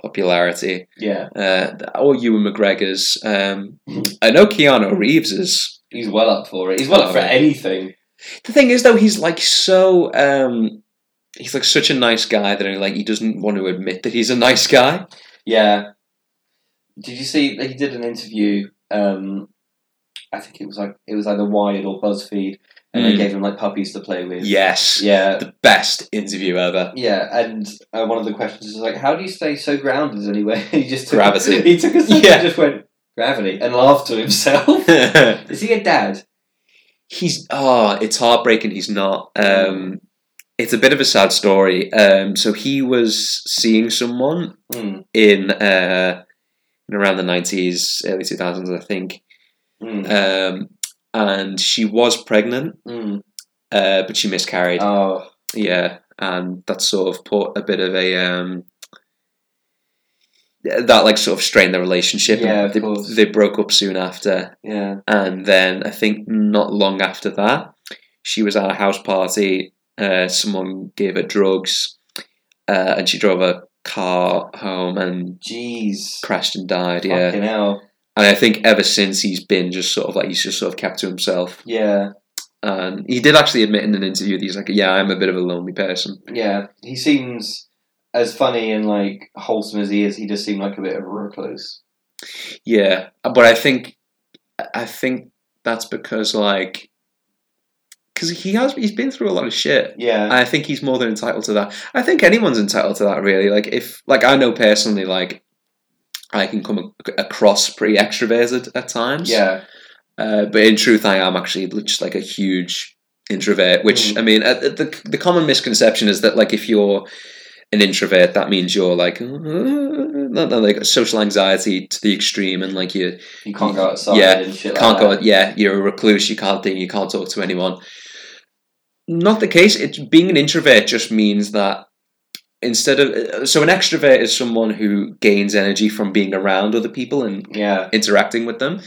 A: popularity
B: Yeah,
A: uh, or Ewan McGregor's. Um, I know Keanu Reeves is
B: he's well up for it. He's well up for
A: Alright.
B: anything.
A: The thing is, though, he's like so. Um, he's like such a nice guy that he, like he doesn't want to admit that he's a nice guy.
B: Yeah. Did you see that he did an interview? Um, I think it was like it was either Wired or BuzzFeed, and they
A: Mm.
B: gave him like puppies to play with.
A: Yes,
B: Yeah,
A: the best interview ever.
B: Yeah, and uh, one of the questions is like, "How do you stay so grounded anyway?" he just took,
A: Gravity.
B: He took a second
A: Yeah.
B: and just went gravity and laughed to himself. is he a dad?
A: he's ah, it's heartbreaking. He's not. Um, it's a bit of a sad story. Um, so he was seeing someone
B: Mm,
A: in uh, in around the nineties, early two thousands, I think,
B: mm,
A: um, and she was pregnant,
B: mm.
A: uh, but she miscarried.
B: Oh,
A: Yeah, and that sort of put a bit of a um, that like sort of strained the relationship.
B: Yeah, of
A: they,
B: course.
A: they broke up soon after,
B: yeah.
A: and then I think not long after that, she was at a house party. Uh, someone gave her drugs, uh, and she drove a car home and
B: Jeez.
A: crashed and died. Yeah,
B: Fucking hell.
A: and I think ever since he's been just sort of like he's just sort of kept to himself.
B: Yeah,
A: And he did actually admit in an interview that he's like, "Yeah, I'm a bit of a lonely person."
B: yeah. He seems as funny and like wholesome as he is. He just seemed like a bit of a recluse.
A: Yeah, but I think I think that's because like because he has he's been through a lot of shit.
B: Yeah,
A: I think he's more than entitled to that. I think anyone's entitled to that, really. Like if like I know personally, like I can come ac- across pretty extroverted at times.
B: yeah,
A: Uh, but in truth, I am actually just like a huge introvert. Which
B: Mm.
A: I mean, uh, the the common misconception is that like if you're an introvert, that means you're like not, not, like social anxiety to the extreme, and like you
B: You can't go outside
A: Yeah,
B: and shit.
A: can't
B: like
A: go. Yeah, you're a recluse. You can't think. You can't talk to anyone. Not the case. It's being an introvert just means that instead of uh, so an extrovert is someone who gains energy from being around other people and
B: That. Yeah,
A: interacting with them.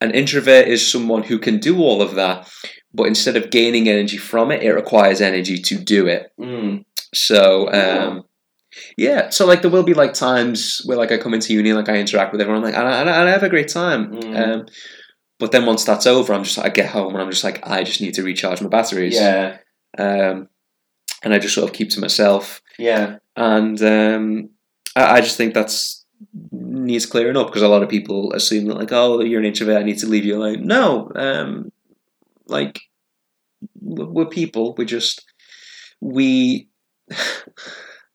A: An introvert is someone who can do all of that, but instead of gaining energy from it, it requires energy to do it.
B: mm,
A: So, um, yeah. So, like, there will be like times where, like, I come into uni, like, I interact with everyone, like, and I, and I, and I have a great time.
B: Mm.
A: Um, but then once that's over, I'm just, I get home and I'm just like, I just need to recharge my batteries.
B: yeah,
A: Um, and I just sort of keep to myself
B: yeah,
A: and um, I, I just think that's needs clearing up because a lot of people assume that like oh you're an introvert I need to leave you alone no um, like we're we're people we just we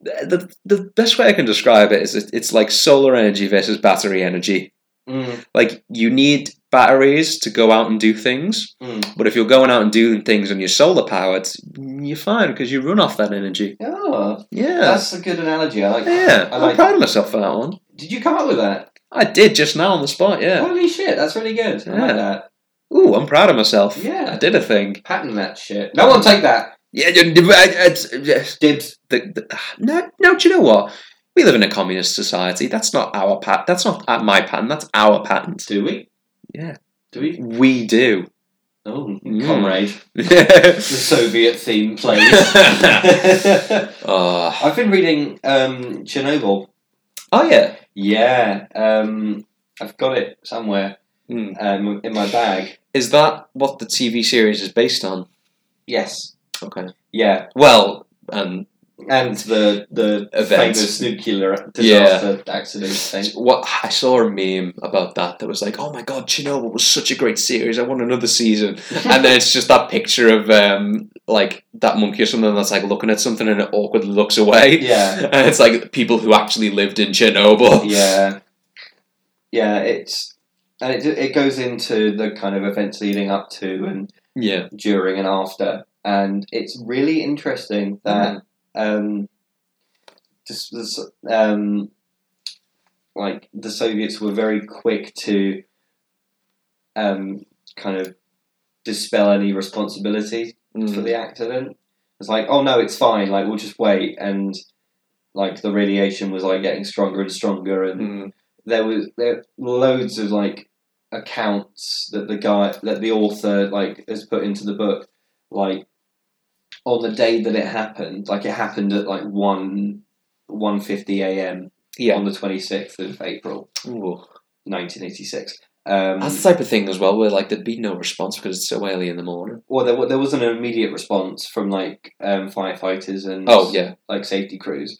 A: the, the best way I can describe it is it, it's like solar energy versus battery energy
B: mm,
A: like you need batteries to go out and do things
B: mm.
A: but if you're going out and doing things and you're solar powered you're fine because you run off that energy
B: Oh,
A: yeah
B: That's a good analogy. I like.
A: yeah,
B: I
A: I'm
B: like.
A: proud of myself for that one.
B: Did you come up with that?
A: I did just now on the spot. Yeah.
B: Holy shit! That's really good. I
A: Yeah.
B: like that.
A: Ooh, I'm proud of myself.
B: Yeah.
A: I did a thing.
B: Pattern that shit. No one take that.
A: Yeah. you- you- I- I- it's- yes.
B: Dibs.
A: The, the, no, no. Do you know what? We live in a communist society. That's not our pat. That's not uh, my pattern. That's our patent.
B: Do we?
A: Yeah.
B: Do we?
A: We do.
B: Oh,
A: Mm.
B: comrade. The
A: oh,
B: Soviet theme plays. I've
A: oh
B: been reading um, Chernobyl.
A: yeah.
B: Yeah. Um, I've got it somewhere
A: Mm.
B: um, in my bag.
A: Is that what the TV series is based on?
B: Yes.
A: Okay.
B: Yeah.
A: Well, um,
B: And the the
A: Event.
B: famous nuclear
A: Yeah.
B: disaster accident thing.
A: What I saw a meme about that that was like, "Oh my god, Chernobyl was such a great series. I want another season." and then it's just that picture of um, like that monkey or something that's like looking at something and it awkwardly looks away.
B: Yeah.
A: and it's like people who actually lived in Chernobyl.
B: yeah, yeah. It's and it it goes into the kind of events leading up to and
A: Yeah,
B: during and after, and it's really interesting
A: Mm-hmm.
B: that um, just this, um, like the Soviets were very quick to um, kind of dispel any responsibility
A: Mm-hmm. Mm.
B: for the accident. It's like, oh no, it's fine. Like we'll just wait, and like the radiation was like getting stronger and stronger, and
A: Mm.
B: there was there were loads of like accounts that the guy that the author like has put into the book, like on the day that it happened, like it happened at like one one fifty a.m.
A: Yeah.
B: on the twenty sixth of April,
A: Mm-hmm. Ooh.
B: nineteen eighty six. Um,
A: That's the type of thing as well where like there'd be no response because it's so early in the morning.
B: well, there, wa- there was an immediate response from like um, firefighters and
A: Oh yeah.
B: like safety crews,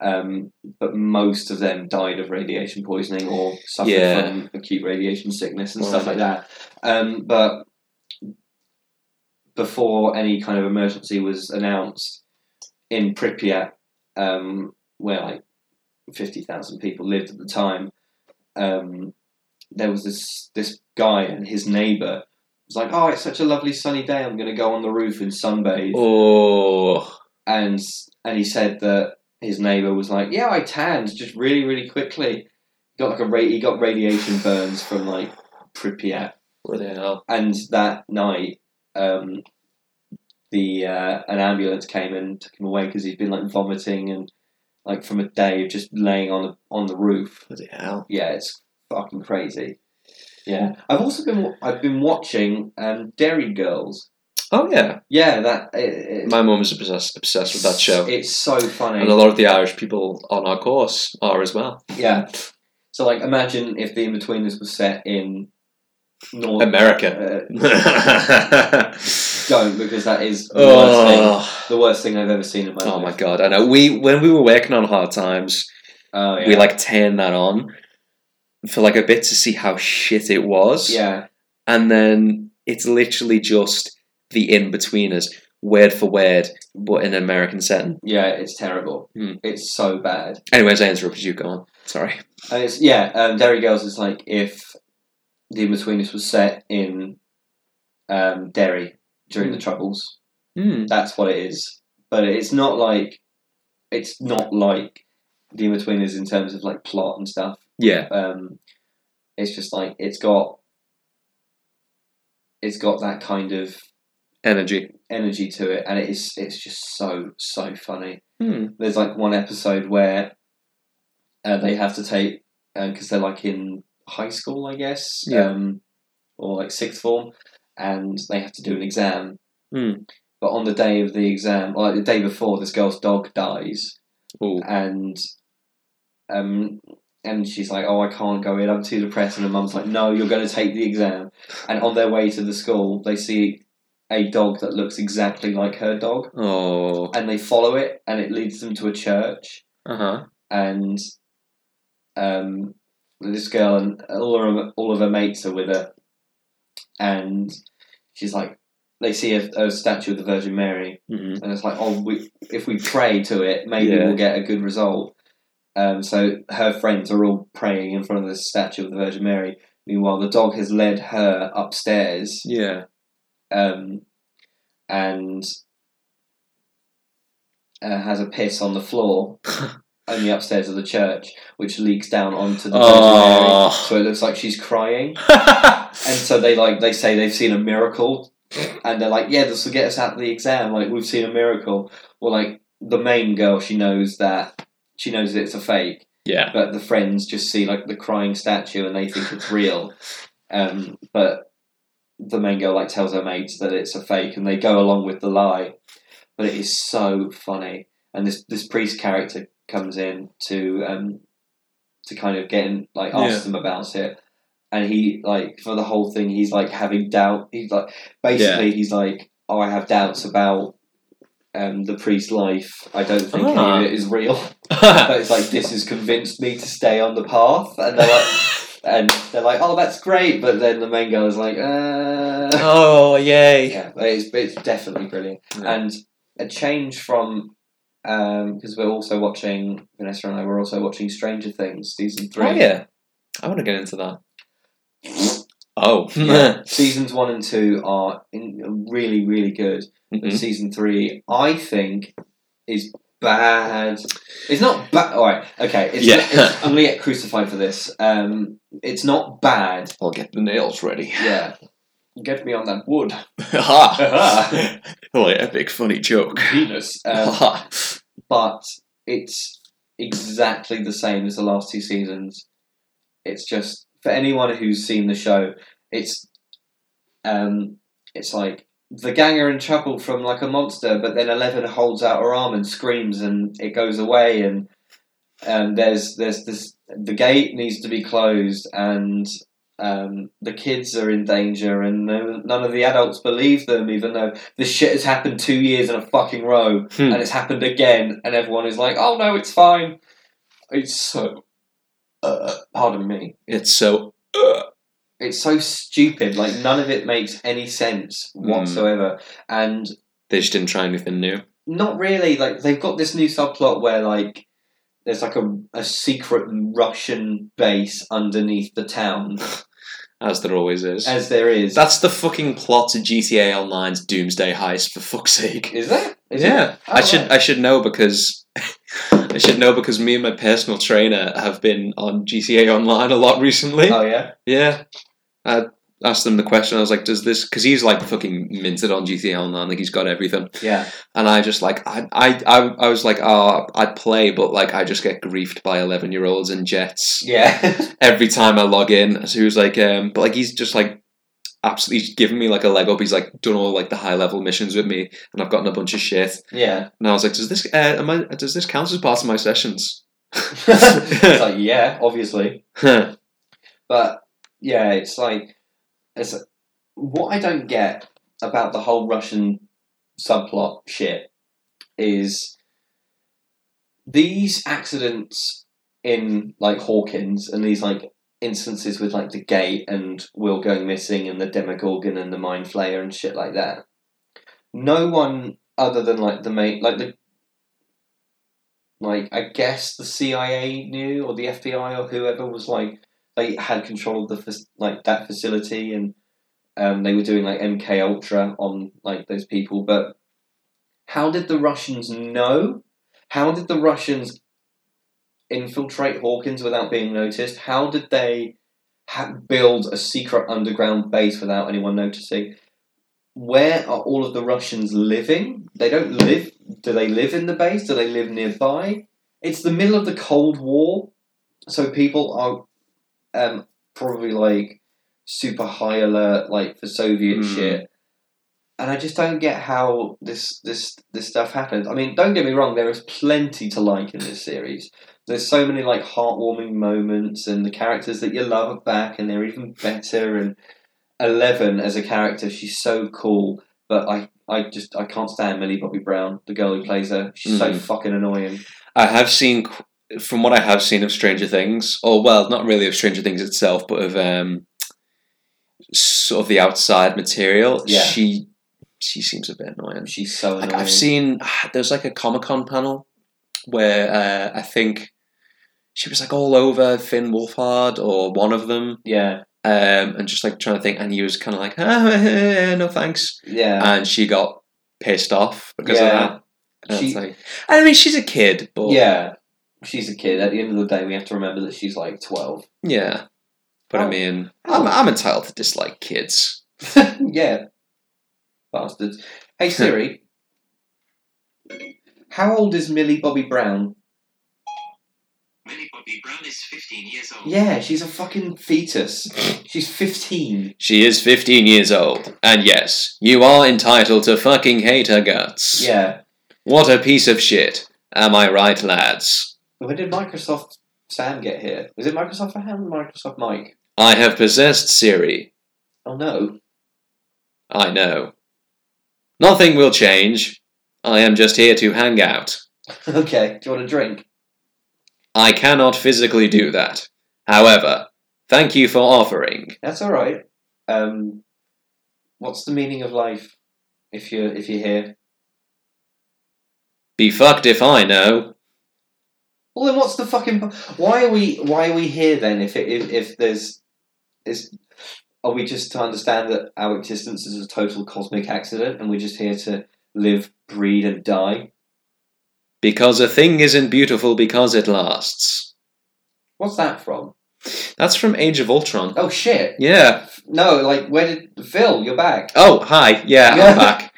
B: um, but most of them died of radiation poisoning or suffered
A: Yeah.
B: from acute radiation sickness and
A: Right.
B: stuff like that. Um, but before any kind of emergency was announced in Pripyat, um, where like fifty thousand people lived at the time, um, there was this this guy and his neighbour was like, "Oh, it's such a lovely sunny day. I'm going to go on the roof and sunbathe."
A: Oh.
B: and and he said that his neighbor was like, "Yeah, I tanned just really, really quickly. Got like a ra- he got radiation burns from like Pripyat,
A: Bloody hell.
B: and that night, um, the uh, an ambulance came and took him away because he'd been like vomiting and like from a day of just laying on the on the roof.
A: Bloody hell.
B: Yeah, it's fucking crazy. Yeah, I've also been wa- I've been watching um, Dairy Girls.
A: Oh yeah.
B: Yeah, that it, it,
A: My mum is obsessed obsessed with that show.
B: It's so funny.
A: and a lot of the Irish people on our course are as well.
B: Yeah. So like, imagine if the In Betweeners was set in North
A: America.
B: Uh,
A: oh.
B: don't because that is the, worst thing, the worst thing I've ever seen in my
A: Oh my
B: life.
A: god! I know. We when we were working on Hard Times,
B: Oh yeah.
A: we like turned that on for like a bit to see how shit it was.
B: yeah.
A: and then it's literally just the in betweeners, word for word, but in an American setting.
B: Yeah. It's terrible.
A: Hmm.
B: It's so bad.
A: Anyways, I interrupted you. Go on. Sorry.
B: And it's yeah. Um, Derry Girls is like if the In Betweeners was set in um, Derry during the Troubles.
A: Hmm.
B: That's what it is. But it's not like it's not like the In Betweeners in terms of like plot and stuff.
A: Yeah.
B: um, it's just like it's got it's got that kind of
A: Energy.
B: energy to it and it is it's just so so funny
A: Hmm.
B: there's like one episode where uh, they have to take because they're like in high school i guess
A: Yeah.
B: um, or like sixth form and they have to do an exam
A: Hmm.
B: but on the day of the exam or like the day before this girl's dog dies
A: Ooh.
B: Uh, and um and she's like, "Oh, I can't go in. I'm too depressed." And her mum's like, "No, you're going to take the exam." And on their way to the school, they see a dog that looks exactly like her dog,
A: Oh.
B: and they follow it, and it leads them to a church.
A: Uh huh.
B: And um, this girl and all her, all of her mates are with her, and she's like, they see a, a statue of the Virgin Mary,
A: hmm
B: and it's like, oh, we, if we pray to it, maybe
A: Yeah.
B: we'll get a good result. Um, so her friends are all praying in front of the statue of the Virgin Mary. Meanwhile, the dog has led her upstairs,
A: Yeah.
B: um, and uh, has a piss on the floor, only upstairs of the church, which leaks down onto the Virgin Mary.
A: Oh.
B: So it looks like she's crying. And so they like they say they've seen a miracle, and they're like, "Yeah, this will get us out of the exam. Like we've seen a miracle." Or like the main girl, she knows that she knows that it's a fake,
A: yeah.
B: but the friends just see like the crying statue and they think it's real. Um, but the main girl like tells her mates that it's a fake, and they go along with the lie. But it is so funny, and this this priest character comes in to um, to kind of get in, like
A: Yeah.
B: ask them about it, and he like for the whole thing he's like having doubt. He's like basically he's like, oh, I have doubts about. Um, the priest's life. I don't think
A: Ah.
B: any of it is real. But it's like this has convinced me to stay on the path, and they're like, and they're like, oh, that's great. But then the main girl is like, uh.
A: oh yay.
B: yeah, it's, it's definitely brilliant.
A: Yeah.
B: And a change from because we're also watching Vanessa and I were also watching Stranger Things season three.
A: Oh yeah. I want to get into that. Oh.
B: Yeah. Seasons one and two are in, really really good. But
A: Mhm.
B: season three, I think, is bad. It's not bad. All right, okay. It's
A: Yeah.
B: it's- I'm gonna get crucified for this. Um, it's not bad.
A: I'll get the nails ready.
B: Yeah, get me on that wood.
A: Ha! what an epic funny joke.
B: Venus. Um,
A: Ha.
B: but it's exactly the same as the last two seasons. It's just for anyone who's seen the show, it's um, it's like the gang are in trouble from like a monster, but then Eleven holds out her arm and screams, and it goes away, and um, there's there's this the gate needs to be closed, and um, the kids are in danger, and no, none of the adults believe them, even though this shit has happened two years in a fucking row
A: Hmm.
B: and it's happened again, and everyone is like, "Oh no, it's fine." It's so, uh, pardon me.
A: It's so. Uh,
B: It's so stupid. Like none of it makes any sense whatsoever, and
A: they just didn't try anything new.
B: not really. Like they've got this new subplot where like there's like a, a secret Russian base underneath the town,
A: As there always is.
B: as there is.
A: That's the fucking plot to GTA Online's Doomsday Heist, for fuck's sake.
B: is there? Is
A: yeah,
B: it?
A: I
B: Oh,
A: should
B: right.
A: I should know because I should know because me and my personal trainer have been on GTA Online a lot recently.
B: Oh yeah.
A: Yeah, I asked him the question. I was like, "Does this?" Because he's like fucking minted on GTA Online. Like he's got everything.
B: Yeah.
A: And I just like I I I, I was like, "Oh, I'd play, but like I just get griefed by eleven year olds and jets
B: Yeah.
A: every time I log in." So he was like, um, "But like he's just like." Absolutely, he's given me like a leg up. He's like done all like the high level missions with me, and I've gotten a bunch of shit.
B: yeah.
A: And I was like, "Does this uh, am I, does this count as part of my sessions?"
B: it's like yeah, obviously.
A: Huh.
B: But yeah, it's like it's what I don't get about the whole Russian subplot shit is these accidents in like Hawkins and these like instances with like the gate and Will going missing and the Demogorgon and the Mind Flayer and shit like that. No one other than like the main like the like I guess the CIA knew or the FBI or whoever was like they had control of the fac- like that facility and um, they were doing like MK Ultra on like those people. But how did the Russians know? How did the Russians infiltrate Hawkins without being noticed? How did they ha- build a secret underground base without anyone noticing? Where are all of the Russians living? They don't live. Do they live in the base? Do they live nearby? It's the middle of the Cold War, so people are um, probably like super high alert, like for Soviet
A: Hmm.
B: shit. And I just don't get how this this this stuff happens. I mean, don't get me wrong, there is plenty to like in this series. There's so many like heartwarming moments, and the characters that you love are back, and they're even better. And Eleven as a character, she's so cool. But I, I just I can't stand Millie Bobby Brown, the girl who plays her. She's so
A: Mhm.
B: fucking annoying.
A: I have seen, qu- from what I have seen of Stranger Things, or well, not really of Stranger Things itself, but of um, sort of the outside material.
B: Yeah.
A: She she seems a bit annoying.
B: She's so annoying.
A: Like I've seen, there's like a Comic Con panel where uh, I think she was like all over Finn Wolfhard or one of them,
B: Yeah,
A: um, and just like trying to think, and he was kind of like, ah, no thanks.
B: yeah.
A: and she got pissed off because
B: Yeah.
A: of that. And
B: She-
A: it's Uh, like, I mean, she's a kid, but yeah,
B: Yeah. She's a kid. At the end of the day, we have to remember that she's like 12.
A: But
B: Oh.
A: I mean, I'm, I'm entitled to dislike kids.
B: yeah. Bastards. Hey, Siri. how old is Millie Bobby Brown?
C: Millie Bobby Brown is 15 years old.
B: Yeah, she's a fucking fetus. She's 15.
A: She is 15 years old, and yes, you are entitled to fucking hate her guts.
B: Yeah.
A: What a piece of shit. Am I right, lads?
B: When did Microsoft Sam get here? Was it Microsoft for him or Microsoft Mike?
A: I have possessed Siri.
B: Oh no.
A: I know. Nothing will change. I am just here to hang out.
B: okay, do you want a drink?
A: I cannot physically do that. However, thank you for offering.
B: That's alright. Um, what's the meaning of life if you're, if you're here?
A: Be fucked if I know.
B: Well, then what's the fucking? Why are we? Why are we here then? If it, if, if there's, is, are we just to understand that our existence is a total cosmic accident, and we're just here to live, breed, and die?
A: Because a thing isn't beautiful because it lasts.
B: What's that from?
A: That's from Age of Ultron.
B: Oh shit!
A: Yeah.
B: No, like where did Phil? You're back.
A: Oh, hi. Yeah,
B: Yeah.
A: I'm back.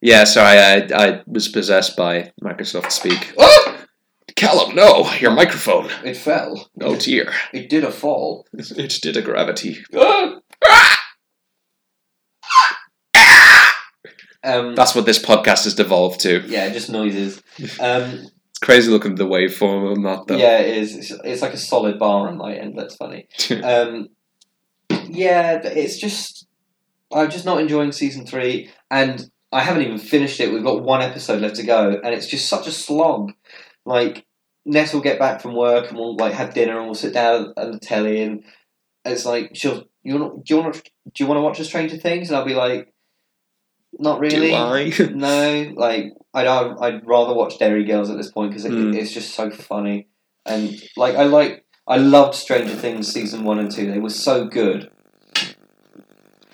A: Yeah, sorry, I, I was possessed by Microsoft Speak.
B: Ah!
A: Callum, no, your microphone.
B: It fell.
A: Oh
B: it,
A: dear.
B: it did a fall.
A: It did a gravity.
B: Ah! um,
A: That's what this podcast has devolved to.
B: yeah, just noises. Um,
A: It's crazy looking at the waveform on that, though.
B: yeah, it is. It's, it's like a solid bar on my end. That's funny. Um, yeah, th- it's just I'm just not enjoying season three, and I haven't even finished it. We've got one episode left to go, and it's just such a slog. Like Ness will get back from work, and we'll like have dinner, and we'll sit down at the telly, and it's like she'll you want do you want to do you want to watch a Stranger Things, and I'll be like, not really.
A: Do I?
B: No, like I'd I'd rather watch Dairy Girls at this point because it,
A: Hmm.
B: it's just so funny, and like I like I loved Stranger Things season one and two. They were so good,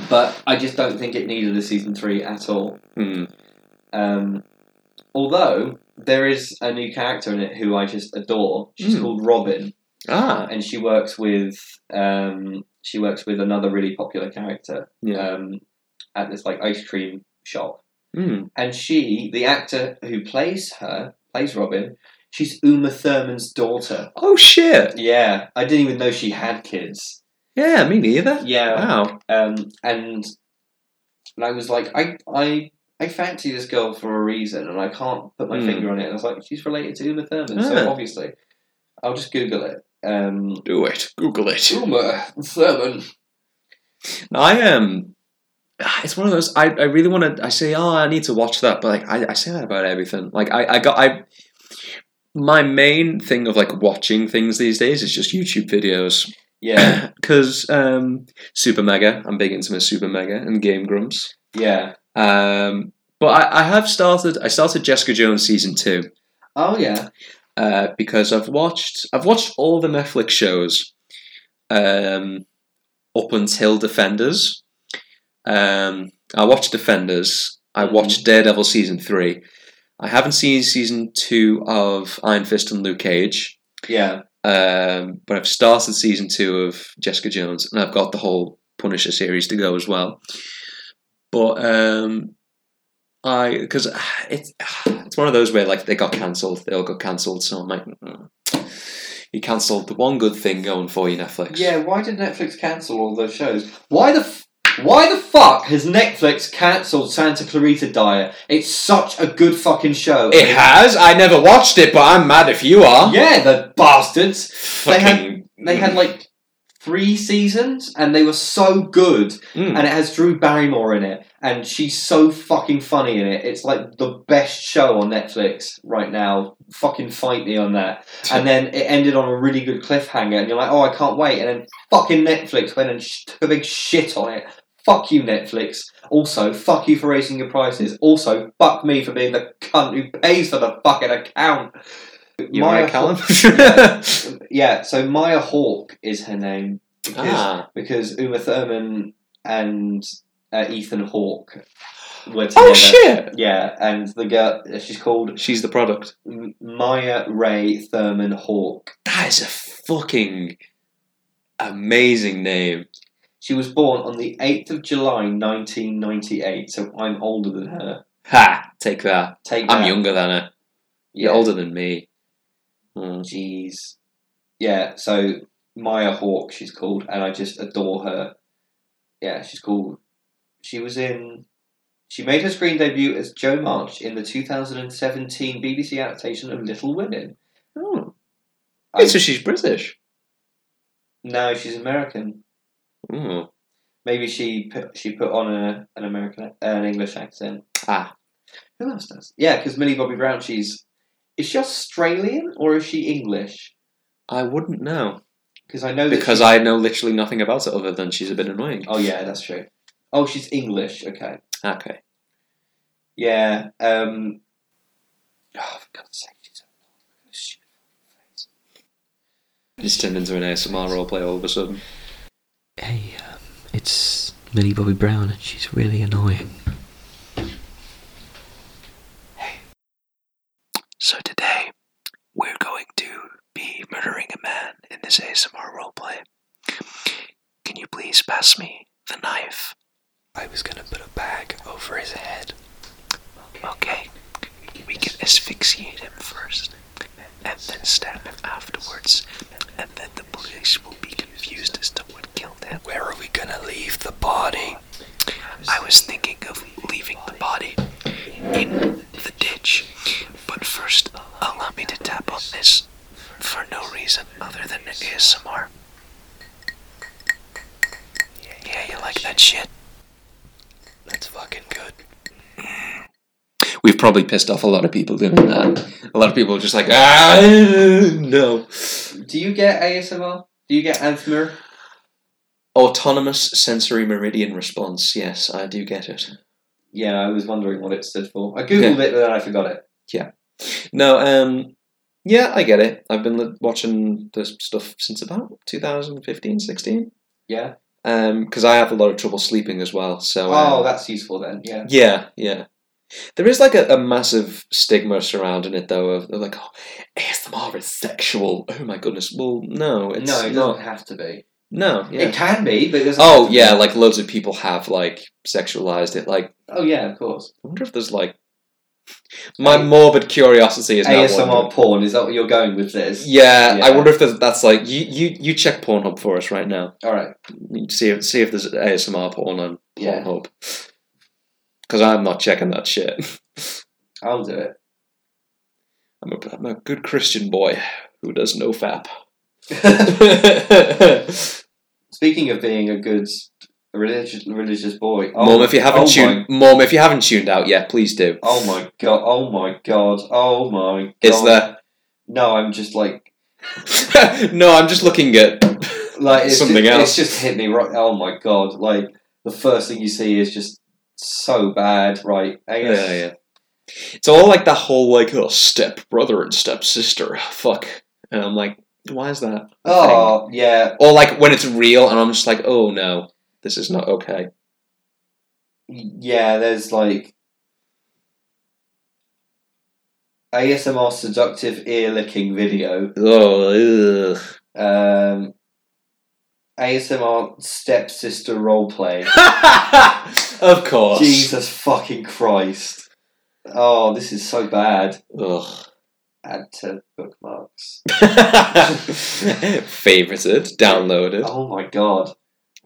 B: but I just don't think it needed a season three at all.
A: Hmm.
B: Um, although there is a new character in it who I just adore. She's
A: Hmm.
B: called Robin,
A: Ah,
B: and she works with um, she works with another really popular character
A: yeah.
B: um, at this like ice cream shop
A: Hmm.
B: and she, the actor who plays her, plays Robin. She's Uma Thurman's daughter.
A: Oh shit!
B: Yeah, I didn't even know she had kids.
A: Yeah, me neither.
B: Yeah,
A: Wow.
B: um, and and I was like, I I I fancy this girl for a reason, and I can't put my
A: Hmm.
B: finger on it. And I was like, she's related to Uma Thurman,
A: Ah.
B: so obviously, I'll just Google it. Um,
A: Do it. Google it.
B: Uma Thurman.
A: I Um, it's one of those. I, I really want to. I say, oh, I need to watch that, but like, I, I say that about everything. Like, I, I got I. My main thing of like watching things these days is just YouTube videos
B: Yeah,
A: because um, Super Mega. I'm big into my Super Mega and Game Grumps.
B: yeah.
A: Um, but I, I have started. I started Jessica Jones season two
B: Oh yeah.
A: uh, because I've watched. I've watched all the Netflix shows um, up until Defenders. Um, I watched Defenders. I
B: Mhm.
A: watched Daredevil season three. I haven't seen season two of Iron Fist and Luke Cage,
B: Yeah,
A: um, but I've started season two of Jessica Jones, and I've got the whole Punisher series to go as well. But um, I because it's it's one of those where like they got cancelled, they all got cancelled, so I'm like, mm. you cancelled the one good thing going for you, Netflix.
B: yeah. Why did Netflix cancel all those shows? Why the f- why the fuck has Netflix cancelled Santa Clarita Diet? It's such a good fucking show.
A: It has. I never watched it, but I'm mad if you are.
B: Yeah, the bastards.
A: Fucking-
B: They
A: Mm.
B: had like three seasons, and they were so good.
A: Mm.
B: And it has Drew Barrymore in it, and she's so fucking funny in it. It's like the best show on Netflix right now. Fucking fight me on that. And then it ended on a really good cliffhanger, and you're like, oh, I can't wait. And then fucking Netflix went and sh- took a big shit on it. Fuck you, Netflix. Also, fuck you for raising your prices. Also, fuck me for being the cunt who pays for the fucking account.
A: you
B: Maya
A: right, Callum?
B: Haw- yeah, so Maya Hawke is her name. Because
A: ah.
B: because Uma Thurman and uh, Ethan Hawke were together.
A: Oh shit!
B: Yeah, and the girl she's called
A: She's the product.
B: M- Maya Ray Thurman Hawke.
A: That is a fucking amazing name.
B: She was born on the eighth of July, nineteen ninety-eight. So I'm older than her.
A: Ha! Take that.
B: Take
A: I'm
B: that.
A: younger than her. You're older than me. Mm.
B: Jeez. Yeah. So Maya Hawke, she's called, and I just adore her. Yeah, she's called. She was in. She made her screen debut as Jo March in the 2017 BBC adaptation of Little Women.
A: Oh.
B: I-
A: Wait, so she's British.
B: No, she's American.
A: Mm.
B: Maybe she put, she put on a, an American an English accent.
A: Ah.
B: Who else does? Yeah, because Millie Bobby Brown. She's is she Australian or is she English?
A: I wouldn't know
B: Because I know that
A: because
B: she-
A: I know literally nothing about it other than she's a bit annoying.
B: Oh yeah, that's true. Oh, she's English. Okay.
A: Okay.
B: Yeah. Um, oh, for God's sake, she's a stupid face.
A: It's turned into an ASMR roleplay all of a sudden.
D: Hey, um, it's Millie Bobby Brown, and she's really annoying. Hey. So did
E: Pass me the knife.
D: I was gonna put a bag over his head.
E: Okay. We can asphyxiate him first, and then stab him afterwards, and then the police will be confused as to what killed him.
D: Where are we gonna leave the body?
E: I was thinking of leaving the body in the ditch, but first, allow me to tap on this for no reason other than ASMR. Yeah, you like that shit?
D: That's fucking good.
A: We've probably pissed off a lot of people doing that. A lot of people are just like, ah, no.
B: Do you get ASMR? Do you get ASMR?
A: Autonomous sensory meridian response. Yes, I do get it.
B: Yeah, I was wondering what it stood for. I googled it, but then I forgot it.
A: No, um, yeah, I get it. I've been li- watching this stuff since about 2015, 16.
B: Yeah.
A: Because Um, I have a lot of trouble sleeping as well. So, uh,
B: Oh, that's useful then. Yeah.
A: yeah, yeah. There is like a, a massive stigma surrounding it, though. Of, of like, oh, ASMR is sexual. Oh my goodness. Well, no, it's
B: no, it
A: not.
B: doesn't have to be.
A: No, yeah.
B: It can be, but it doesn't.
A: Oh
B: have to
A: yeah,
B: Be.
A: like loads of people have like sexualized it. Like,
B: Oh yeah, of course.
A: I wonder if there's like my morbid curiosity is now
B: ASMR
A: wondering-
B: porn. Is that what you're going with this?
A: Yeah, I
B: Yeah.
A: wonder if there's, that's like you, you you check Pornhub for us right now.
B: All right.
A: See if see if there's ASMR porn on
B: Yeah.
A: Pornhub. Because I'm not checking that shit.
B: I'll do it.
A: I'm a, I'm a good Christian boy who does no fap.
B: Speaking of being a good religious religious boy, oh,
A: Mom, if you haven't
B: oh
A: tuned, Mom, if you haven't tuned out yet, please do.
B: My, oh my god! Oh my god! Oh my god!
A: Is there?
B: No, I'm just like
A: no, I'm just looking at.
B: like it's
A: Something
B: just,
A: else.
B: It's just hit me right. Oh my god! Like the first thing you see is just so bad. Right? I
A: Yeah,
B: guess-
A: yeah. It's all like that whole like oh step brother and step sister. Fuck, and I'm like, why is that? a thing?
B: Oh yeah.
A: Or like when it's real, and I'm just like, oh no, this is not okay.
B: Yeah, there's like ASMR seductive ear licking video.
A: Oh, ugh.
B: Um, ASMR stepsister roleplay.
A: of course.
B: Jesus fucking Christ. Oh, this is so bad.
A: Ugh.
B: Add to bookmarks.
A: Favorited, downloaded.
B: Oh my god.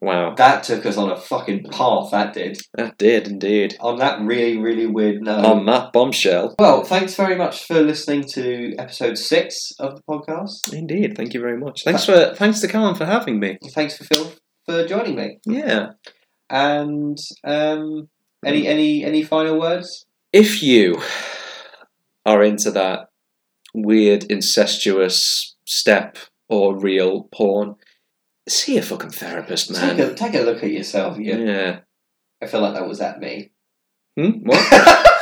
A: Wow,
B: That took us on a fucking path, that did.
A: that did indeed.
B: On that really, really weird note.
A: On that bombshell,
B: well, thanks very much for listening to episode six of the podcast.
A: indeed. Thank you very much. Thanks for thanks to Callum for having me.
B: Thanks for Phil for joining me.
A: Yeah.
B: And um, any any any final words?
A: if you are into that weird incestuous step or real porn, see a fucking therapist,
B: Take a,
A: man.
B: take a look at yourself.
A: Yeah.
B: You I feel like that was at me.
A: Hmm? What?